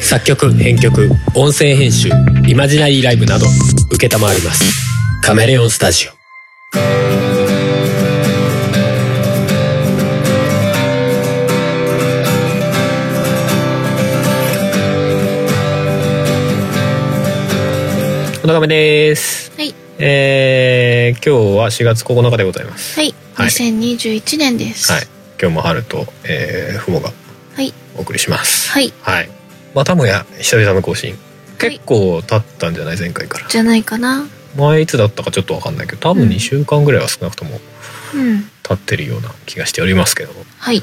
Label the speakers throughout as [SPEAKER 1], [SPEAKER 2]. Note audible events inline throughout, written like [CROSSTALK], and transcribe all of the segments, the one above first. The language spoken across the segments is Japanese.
[SPEAKER 1] 作曲編曲音声編集イマジナリーライブなど承りますカメレオンスタジオおながめです
[SPEAKER 2] はい。
[SPEAKER 1] えー、今日は4月9日でございます
[SPEAKER 2] はい。
[SPEAKER 1] はい
[SPEAKER 2] 2021年です。
[SPEAKER 1] はい。今日も春と、えー、ふもが
[SPEAKER 2] はい。
[SPEAKER 1] お送りします
[SPEAKER 2] はい。
[SPEAKER 1] はいまたもや久々の更新結構経ったんじゃない前回から
[SPEAKER 2] じゃないかな。
[SPEAKER 1] 前いつだったかちょっと分かんないけど多分
[SPEAKER 2] うん
[SPEAKER 1] 2週間ぐらいは少なくとも
[SPEAKER 2] うん。
[SPEAKER 1] 経ってるような気がしておりますけど
[SPEAKER 2] はい。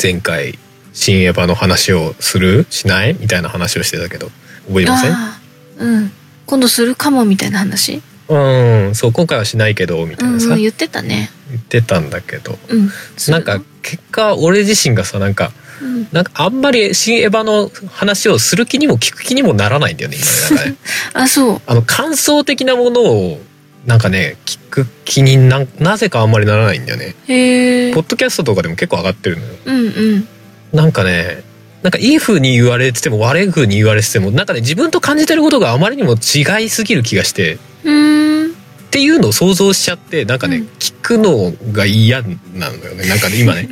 [SPEAKER 1] 前回新エヴァの話をするしないみたいな話をしてたけど覚えません
[SPEAKER 2] ああ。うん。今度するかもみたいな話。
[SPEAKER 1] うんそう今回はしないけどみ
[SPEAKER 2] う
[SPEAKER 1] たい
[SPEAKER 2] ん、
[SPEAKER 1] な
[SPEAKER 2] う
[SPEAKER 1] さ
[SPEAKER 2] ん。
[SPEAKER 1] 言
[SPEAKER 2] 言ってたね。
[SPEAKER 1] ってたんだけど
[SPEAKER 2] うん。
[SPEAKER 1] なんか結果俺自身がさなんか
[SPEAKER 2] うん。
[SPEAKER 1] なんかあんまり新エヴァの話をする気にも聞く気にもならないんだよね今ねなんかね
[SPEAKER 2] あ、そう。
[SPEAKER 1] あの感想的なものをなんかね聞く気になんなぜかあんまりならないんだよね
[SPEAKER 2] へえ
[SPEAKER 1] ポ。ッドキャストとかでも結構上がってるのよ
[SPEAKER 2] うんうん。
[SPEAKER 1] なんかねなんかいい風に言われてても悪い風に言われててもなんかね自分と感じてることがあまりにも違いすぎる気がして
[SPEAKER 2] うーん。
[SPEAKER 1] っていうのを想像しちゃってなんかね、
[SPEAKER 2] うん
[SPEAKER 1] 聞くのが嫌なのよねなんかね今ね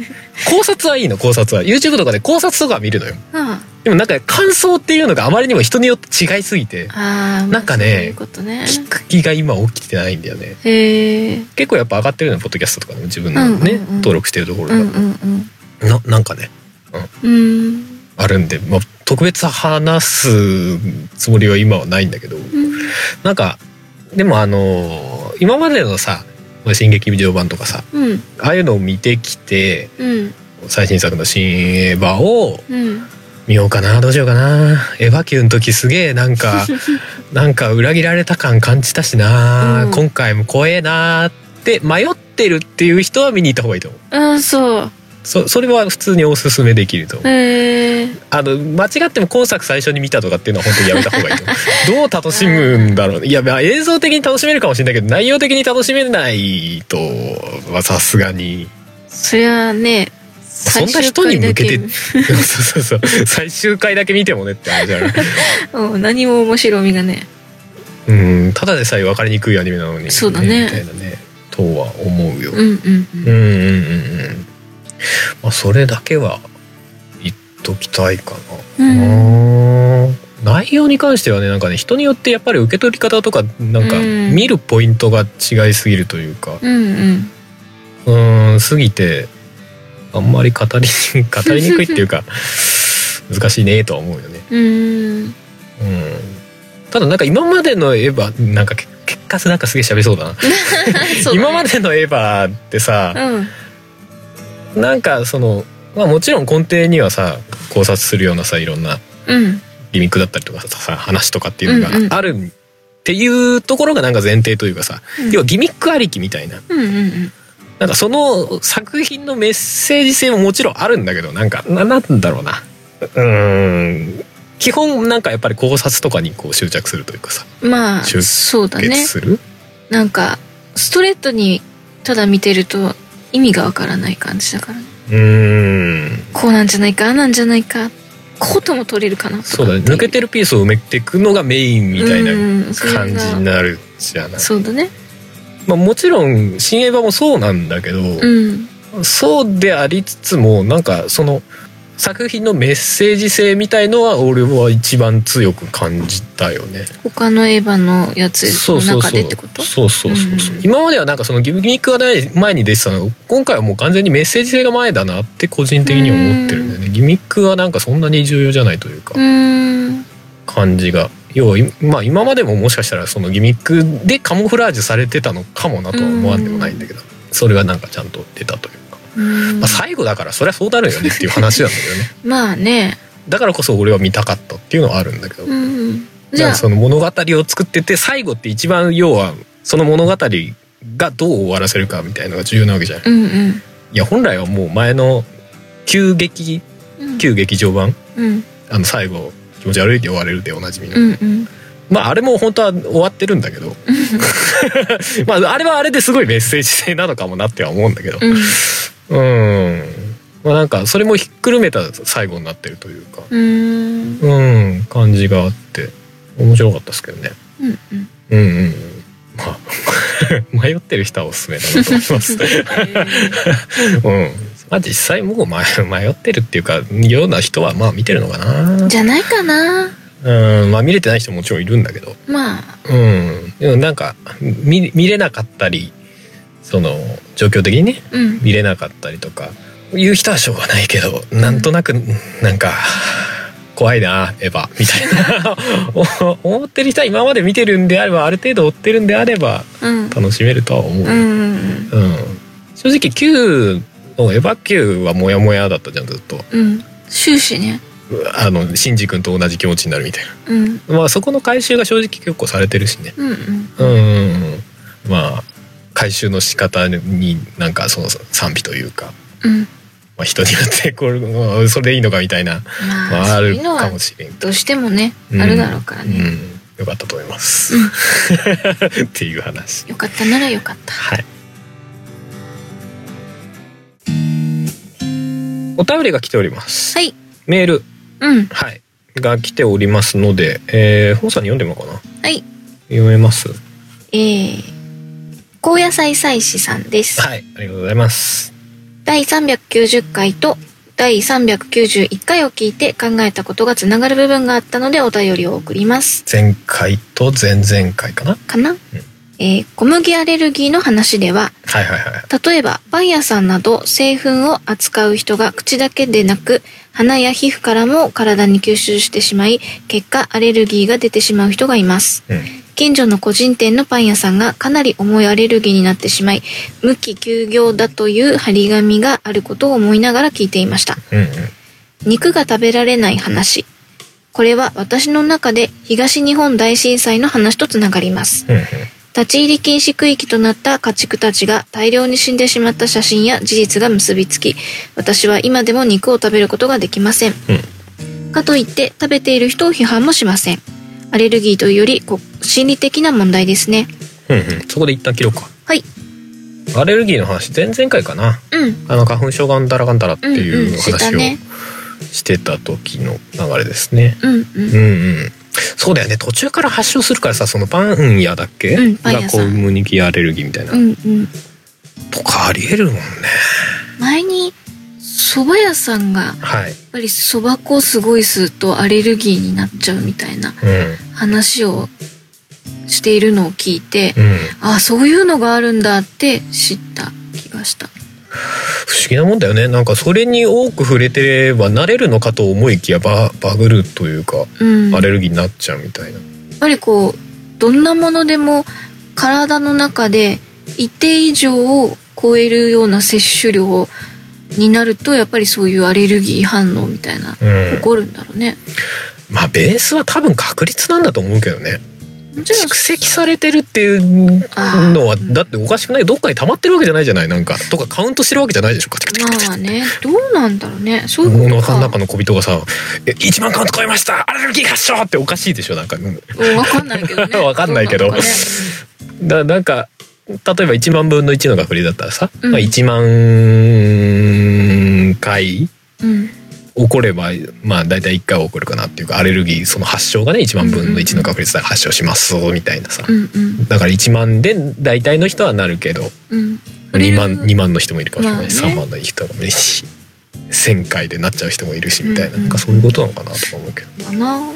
[SPEAKER 1] 考察はいいの考察は YouTube とかで考察とかは見るのよ
[SPEAKER 2] あ
[SPEAKER 1] でもなんか感想っていうのがあまりにも人によって違いすぎて
[SPEAKER 2] あ。ああ。まあ
[SPEAKER 1] なんかね
[SPEAKER 2] そういうことね。
[SPEAKER 1] 聞く気が今起きてないんだよね
[SPEAKER 2] へえ。
[SPEAKER 1] 結構やっぱ上がってるのポッドキャストとかでも自分のね、
[SPEAKER 2] うんうんうん
[SPEAKER 1] 登録してるところ
[SPEAKER 2] う
[SPEAKER 1] が、
[SPEAKER 2] んうんうん。
[SPEAKER 1] ななんかね
[SPEAKER 2] うん。
[SPEAKER 1] あるんで、まあ、特別話すつもりは今はないんだけど
[SPEAKER 2] うん
[SPEAKER 1] なんかでもあのー今までのさ「進撃劇場版」とかさ
[SPEAKER 2] うん
[SPEAKER 1] ああいうのを見てきて
[SPEAKER 2] うん
[SPEAKER 1] 最新作の「新エヴァ」を
[SPEAKER 2] うん
[SPEAKER 1] 見ようかなどうしようかなエヴァ級の時すげえなん
[SPEAKER 2] [LAUGHS]
[SPEAKER 1] かなんか裏切られた感感じたしな、
[SPEAKER 2] うん
[SPEAKER 1] 今回も怖えなって迷ってるっていう人は見に行った方がいいと思う
[SPEAKER 2] ああそう
[SPEAKER 1] そそれは普通におすすめできると思う
[SPEAKER 2] へえ
[SPEAKER 1] あの間違っても今作最初に見たとかっていうのは本当にやめた方がいいと思う
[SPEAKER 2] [LAUGHS]
[SPEAKER 1] どう楽しむんだろういやまあ映像的に楽しめるかもしれないけど内容的に楽しめないとはさすがに
[SPEAKER 2] そりゃあね
[SPEAKER 1] そんな人に向けて [LAUGHS]
[SPEAKER 2] 最終回だ
[SPEAKER 1] そうそうそう最終回だけ見てもねって話じゃ
[SPEAKER 2] [LAUGHS]
[SPEAKER 1] ない
[SPEAKER 2] うん、何も面白みがね。
[SPEAKER 1] うん、ただでさえ分かりにくいアニメなのに、
[SPEAKER 2] そうだね
[SPEAKER 1] みたいなねとは思うよ、
[SPEAKER 2] うんうん
[SPEAKER 1] うん、うんうんうんまあそれだけは言っときたいか
[SPEAKER 2] う
[SPEAKER 1] な、あ
[SPEAKER 2] ん。
[SPEAKER 1] ー内容に関してはねなんかね人によってやっぱり受け取り方とかなんか
[SPEAKER 2] うん
[SPEAKER 1] 見るポイントが違いすぎるというか
[SPEAKER 2] うんうん。
[SPEAKER 1] うん過ぎてあんまり語りに [LAUGHS] 語りにくいっていうか難しいねとは思うよね
[SPEAKER 2] うん。
[SPEAKER 1] うんただなんか今までのエヴァなんかけ結果なんかすげえ喋りそうだな
[SPEAKER 2] そうだね
[SPEAKER 1] [LAUGHS] 今までのエヴァってさ、
[SPEAKER 2] うん。
[SPEAKER 1] なんかその、まあ、もちろん根底にはさ考察するようなさいろんな
[SPEAKER 2] うん。
[SPEAKER 1] ギミックだったりとかさ話とかっていう
[SPEAKER 2] うん
[SPEAKER 1] の
[SPEAKER 2] うん
[SPEAKER 1] があるっていうところがなんか前提というかさ、要はギミックありきみたいな
[SPEAKER 2] うんうんうん。
[SPEAKER 1] なんかその作品のメッセージ性ももちろんあるんだけどなんかななんだろうなうーん基本なんかやっぱり考察とかにこう執着するというかさ
[SPEAKER 2] まあ、
[SPEAKER 1] 集結
[SPEAKER 2] そうだ
[SPEAKER 1] 決
[SPEAKER 2] ね。
[SPEAKER 1] する、
[SPEAKER 2] なんか、ストレートにただ見てると意味がわからない感じだからね。
[SPEAKER 1] うーん
[SPEAKER 2] こうなんじゃないか、ああなんじゃないか、こうとも取れるかなと
[SPEAKER 1] そ
[SPEAKER 2] か
[SPEAKER 1] う
[SPEAKER 2] って
[SPEAKER 1] だ
[SPEAKER 2] い
[SPEAKER 1] ね抜けてるピースを埋めていくのがメインみたいな
[SPEAKER 2] うんそれが
[SPEAKER 1] 感じになるじゃない、
[SPEAKER 2] そうだね。
[SPEAKER 1] まあ、もちろん新エヴァもそうなんだけど、
[SPEAKER 2] うん。
[SPEAKER 1] そうでありつつもなんかその作品のメッセージ性みたいのは俺は一番強く感じたよね
[SPEAKER 2] 他のエヴァのやつ
[SPEAKER 1] そう
[SPEAKER 2] の
[SPEAKER 1] そうそ
[SPEAKER 2] 中
[SPEAKER 1] う
[SPEAKER 2] でってこと
[SPEAKER 1] そうそうそうそう、
[SPEAKER 2] うん
[SPEAKER 1] 今まではなんかそのギミックがない前に出てたのが今回はもう完全にメッセージ性が前だなって個人的には思ってるんだよね、ギミックはなんかそんなに重要じゃないというか、
[SPEAKER 2] うーん。
[SPEAKER 1] 感じが要は、いまあ、今までももしかしたらそのギミックでカモフラージュされてたのかもなとは思わんでもないんだけどそれがなんかちゃんと出たというか、
[SPEAKER 2] うん
[SPEAKER 1] まあ、最後だからそりゃそうなるよねっていう話なんだけど [LAUGHS] ね
[SPEAKER 2] まあね。
[SPEAKER 1] だからこそ俺は見たかったっていうのはあるんだけど、
[SPEAKER 2] うんうん。じ
[SPEAKER 1] な
[SPEAKER 2] ゃ
[SPEAKER 1] ん
[SPEAKER 2] あ
[SPEAKER 1] か、その物語を作ってて最後って一番要はその物語がどう終わらせるかみたいのが重要なわけじゃない、
[SPEAKER 2] うんうん。
[SPEAKER 1] いや本来はもう前の旧劇
[SPEAKER 2] うん
[SPEAKER 1] 旧劇場版
[SPEAKER 2] うん
[SPEAKER 1] あの最後気持ち悪いで終われるでおなじみの、
[SPEAKER 2] うんうん
[SPEAKER 1] まああれも本当は終わってるんだけ [LAUGHS] どまああれはあれですごいメッセージ性なのかもなっては思うんだけど
[SPEAKER 2] うん
[SPEAKER 1] うんまあなんかそれもひっくるめた最後になってるというか
[SPEAKER 2] うーん
[SPEAKER 1] うん感じがあって面白かったですけどね
[SPEAKER 2] うんうん
[SPEAKER 1] うんうんうんまあ [LAUGHS] 迷ってる人はおすすめだなと思いますうんまあ実際もう迷迷ってるっていうかような人はまあ見てるのかな
[SPEAKER 2] じゃないかな
[SPEAKER 1] うんまあ見れてない人ももちろんいるんだけど
[SPEAKER 2] まあ
[SPEAKER 1] うんでもなんか見見れなかったりその状況的にね
[SPEAKER 2] うん
[SPEAKER 1] 見れなかったりとかいう人はしょうがないけどなんとなくなんか怖いなエヴァみたいな [LAUGHS] 思ってる人は今まで見てるんであればある程度追ってるんであれば
[SPEAKER 2] うん
[SPEAKER 1] 楽しめるとは思う、
[SPEAKER 2] うんうん
[SPEAKER 1] うん正直 Q のエヴァ Q はモヤモヤだったじゃんずっと
[SPEAKER 2] うん終始ね
[SPEAKER 1] うあのシンジ君と同じ気持ちになるみたい
[SPEAKER 2] うん
[SPEAKER 1] なまあそこの回収が正直結構されてるしね
[SPEAKER 2] うんうん
[SPEAKER 1] うんうんうんまあ回収の仕方になんかその賛否というか
[SPEAKER 2] うん
[SPEAKER 1] まあ、人によってこれうんそれでいいのかみたいな、
[SPEAKER 2] ま
[SPEAKER 1] ま
[SPEAKER 2] あ
[SPEAKER 1] あ、あ
[SPEAKER 2] そう
[SPEAKER 1] る
[SPEAKER 2] いうの
[SPEAKER 1] か
[SPEAKER 2] は
[SPEAKER 1] もしれんけど
[SPEAKER 2] どうしてもね
[SPEAKER 1] うん
[SPEAKER 2] あるだろうから
[SPEAKER 1] う
[SPEAKER 2] ね
[SPEAKER 1] ん、よかったと思います、 [LAUGHS] っていう話
[SPEAKER 2] よかったならよかった
[SPEAKER 1] はいお便りが来ております
[SPEAKER 2] はい
[SPEAKER 1] メール
[SPEAKER 2] うん
[SPEAKER 1] はいが来ておりますので、えー、本さんに読んでもらおうかな
[SPEAKER 2] はい
[SPEAKER 1] 読めます
[SPEAKER 2] えー高野菜祭司さんです
[SPEAKER 1] はいありがとうございます
[SPEAKER 2] 第390回と第391回を聞いて考えたことがつながる部分があったのでお便りを送ります
[SPEAKER 1] 前回と前々回かな
[SPEAKER 2] かな、えー小麦アレルギーの話では
[SPEAKER 1] はいはいはい
[SPEAKER 2] 例えばパン屋さんなど製粉を扱う人が口だけでなく鼻や皮膚からも体に吸収してしまい結果アレルギーが出てしまう人がいます
[SPEAKER 1] うん
[SPEAKER 2] 近所の個人店のパン屋さんがかなり重いアレルギーになってしまい無期休業だという張り紙があることを思いながら聞いていました
[SPEAKER 1] うんうん
[SPEAKER 2] 肉が食べられない話これは私の中で東日本大震災の話とつながります
[SPEAKER 1] うんうん
[SPEAKER 2] 立ち入り禁止区域となった家畜たちが大量に死んでしまった写真や事実が結びつき私は今でも肉を食べることができませんかといって食べている人を批判もしませんアレルギーというよりこ心理的な問題ですね
[SPEAKER 1] うんうんそこで一旦切ろうか
[SPEAKER 2] はい
[SPEAKER 1] アレルギーの話前々回かな
[SPEAKER 2] うん
[SPEAKER 1] あの花粉症がうんだらかんだらって
[SPEAKER 2] うん
[SPEAKER 1] いううん
[SPEAKER 2] して
[SPEAKER 1] 話
[SPEAKER 2] た
[SPEAKER 1] を
[SPEAKER 2] ね
[SPEAKER 1] してた時の流れですね。
[SPEAKER 2] うんう
[SPEAKER 1] うん
[SPEAKER 2] ん
[SPEAKER 1] うん。そうだよね途中から発症するからさそのパン屋だっけ、
[SPEAKER 2] うんパン屋
[SPEAKER 1] が
[SPEAKER 2] さ
[SPEAKER 1] 小
[SPEAKER 2] ん
[SPEAKER 1] 麦アレルギーみたいな、
[SPEAKER 2] うんうん
[SPEAKER 1] とかありえるもんね。
[SPEAKER 2] 前に蕎麦屋さんが
[SPEAKER 1] はい。
[SPEAKER 2] やっぱりそば粉をすごい吸うとアレルギーになっちゃうみたいな
[SPEAKER 1] う
[SPEAKER 2] 話をしているのを聞いて、
[SPEAKER 1] んうん。
[SPEAKER 2] あそういうのがあるんだって知った気がした
[SPEAKER 1] 不思議なもんだよねなんかそれに多く触れてれば慣れるのかと思いきやババグるというか
[SPEAKER 2] うん
[SPEAKER 1] アレ
[SPEAKER 2] やっ
[SPEAKER 1] ルギーになっちゃうみたいな。
[SPEAKER 2] ぱりこうどんなものでも体の中で一定以上を超えるような摂取量になるとやっぱりそういうアレルギー反応みたいな
[SPEAKER 1] うん
[SPEAKER 2] 起こるんだろうね
[SPEAKER 1] まあベースは多分確率なんだと思うけどね。
[SPEAKER 2] もちろん
[SPEAKER 1] 蓄積されてるっていうのは
[SPEAKER 2] あー
[SPEAKER 1] だっておかしくないどっかに溜まってるわけじゃないじゃないなんかとかカウントしてるわけじゃないでしょカチカチカチ
[SPEAKER 2] ま
[SPEAKER 1] カ
[SPEAKER 2] あ
[SPEAKER 1] チ
[SPEAKER 2] ねどうなんだろうねそうい
[SPEAKER 1] お
[SPEAKER 2] うこと
[SPEAKER 1] 腹
[SPEAKER 2] か
[SPEAKER 1] の中の小人がさ「え1万カウント超えましたアレルギー発症!」っておかしいでしょなんかうん
[SPEAKER 2] うんわかんないけどね
[SPEAKER 1] [LAUGHS] わかんないけど
[SPEAKER 2] うのかね
[SPEAKER 1] だなんか例えば1万分の1の確率だったらさ、
[SPEAKER 2] うん
[SPEAKER 1] まあ、1万回
[SPEAKER 2] うん
[SPEAKER 1] 起こればまあ大体1回は起こるかなっていうかアレルギーその発症がね1万分の1の確率で発症しますみたいなさ、
[SPEAKER 2] うんうん
[SPEAKER 1] だから1万で大体の人はなるけど
[SPEAKER 2] うん
[SPEAKER 1] 2万 ,2 万の人もいるかもしれない、
[SPEAKER 2] まあね
[SPEAKER 1] 3万の人もいるし1,000回でなっちゃう人もいるしみたいな,、
[SPEAKER 2] うんうん
[SPEAKER 1] なんかそういうことなのかなとか思うけど
[SPEAKER 2] かな
[SPEAKER 1] ま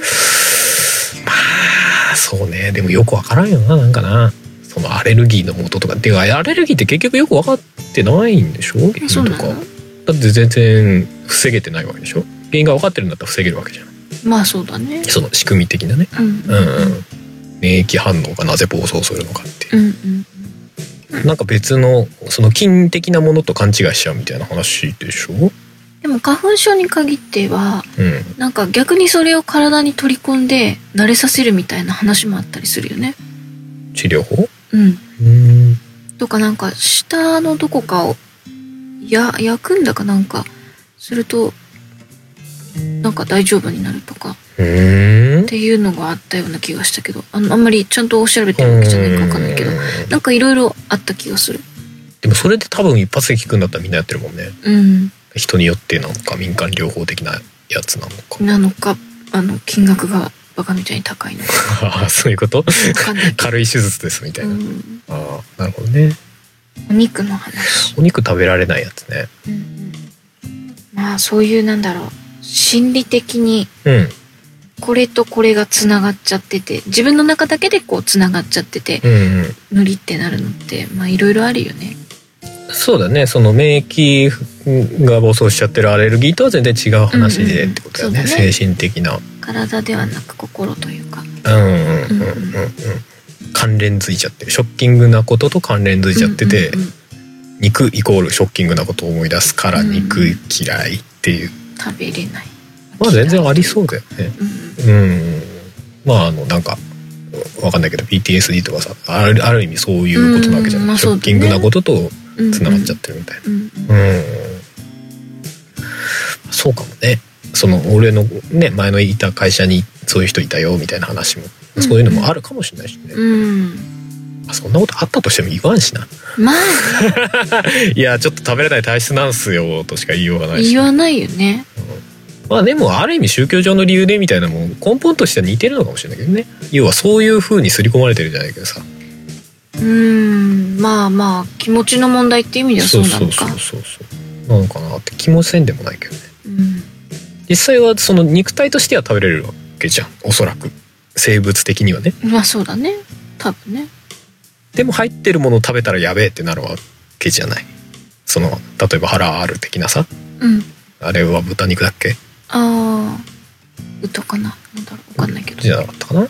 [SPEAKER 1] あそうねでもよくわからんよななんかなそのアレルギーの元とかっていうかアレルギーって結局よく分かってないんでしょ原
[SPEAKER 2] そ
[SPEAKER 1] 因と
[SPEAKER 2] うな
[SPEAKER 1] か
[SPEAKER 2] の
[SPEAKER 1] だって全然防げてないわけでしょ原因が分かってるんだったら防げるわけじゃん
[SPEAKER 2] まあそうだね
[SPEAKER 1] その仕組み的なね
[SPEAKER 2] うん
[SPEAKER 1] うん、うん、免疫反応がなぜ暴走するのかっていう
[SPEAKER 2] うんうん
[SPEAKER 1] なんか別のその菌的なものと勘違いしちゃうみたいな話でしょうん
[SPEAKER 2] でも花粉症に限ってはなんか逆にそれを体に取り込んで慣れさせるみたいな話もあったりするよね
[SPEAKER 1] 治療法
[SPEAKER 2] うん
[SPEAKER 1] うん
[SPEAKER 2] とかなんか舌のどこかをや焼くんだかなんかするとなんか大丈夫になるとかっ
[SPEAKER 1] うーん
[SPEAKER 2] ていうのがあったような気がしたけどあのあんまりちゃんとお調べてるわけじゃないかわかんないけどなんかいろいろあった気がする
[SPEAKER 1] でもそれで多分一発で効くんだったらみんなやってるもんね
[SPEAKER 2] うん
[SPEAKER 1] 人によってなのか民間療法的なやつなのか [LAUGHS]
[SPEAKER 2] なのかあの金額がバカみたいに高いのか
[SPEAKER 1] ああそういうこと
[SPEAKER 2] わかんないけど、
[SPEAKER 1] 軽い手術 [LAUGHS] ですみたいうな、
[SPEAKER 2] ん、
[SPEAKER 1] ああなるほどね
[SPEAKER 2] お肉の話、
[SPEAKER 1] お肉食べられないやつね
[SPEAKER 2] うんうん、まあそういうなんだろう心理的に
[SPEAKER 1] うん
[SPEAKER 2] これとこれがつながっちゃってて自分の中だけでこうつながっちゃってて
[SPEAKER 1] うんうん
[SPEAKER 2] 無理ってなるのってまあいろいろあるよね
[SPEAKER 1] そうだねその免疫が暴走しちゃってるアレルギーとは全然違う話でってことだよね,、
[SPEAKER 2] うんうんそうだね
[SPEAKER 1] 精神的な
[SPEAKER 2] 体ではなく心というか
[SPEAKER 1] うんうんうんうんうん
[SPEAKER 2] うん
[SPEAKER 1] 関連づいちゃってるショッキングなことと関連づいちゃってて、
[SPEAKER 2] うんうんうん
[SPEAKER 1] 肉イコールショッキングなことを思い出すから
[SPEAKER 2] うん
[SPEAKER 1] 肉嫌いっていう、
[SPEAKER 2] 食べれない
[SPEAKER 1] まあ全然ありそうだよね
[SPEAKER 2] うん
[SPEAKER 1] うんまああのなんかわかんないけど PTSD とかさあるある意味そういうことなわけじゃない、
[SPEAKER 2] うんまあ
[SPEAKER 1] シ
[SPEAKER 2] そう
[SPEAKER 1] ョ
[SPEAKER 2] だ
[SPEAKER 1] ッ
[SPEAKER 2] ね
[SPEAKER 1] キングなことと
[SPEAKER 2] うんうん
[SPEAKER 1] つながっちゃってるみたいな。
[SPEAKER 2] うんうん
[SPEAKER 1] うん、そうかもねその俺のね前のいた会社にそういう人いたよみたいな話も
[SPEAKER 2] うん
[SPEAKER 1] そういうのもあるかもしれないしね、
[SPEAKER 2] うん
[SPEAKER 1] そんなことあったとしても言わん [LAUGHS] しな「
[SPEAKER 2] まあ
[SPEAKER 1] いやちょっと食べれない体質なんすよ」としか言いようがないし
[SPEAKER 2] 言わないよね
[SPEAKER 1] まあでもある意味宗教上の理由でみたいなもん根本としては似てるのかもしれないけどね要はそういう風に刷り込まれてるじゃないけどさ
[SPEAKER 2] うんまあまあ気持ちの問題って意味ではそうな
[SPEAKER 1] そ
[SPEAKER 2] の
[SPEAKER 1] う
[SPEAKER 2] か
[SPEAKER 1] そうそうそうなのかなって気もせんでもないけどね
[SPEAKER 2] うん
[SPEAKER 1] 実際はその肉体としては食べれるわけじゃんおそらく生物的にはね
[SPEAKER 2] まあそうだね多分ね
[SPEAKER 1] でも入ってるものを食べたらやべえってなるわけじゃないその例えばハラール的なさ
[SPEAKER 2] うん
[SPEAKER 1] あれは豚肉だっけ
[SPEAKER 2] ああ歌かななんだろうわかんないけど
[SPEAKER 1] じゃなかったかな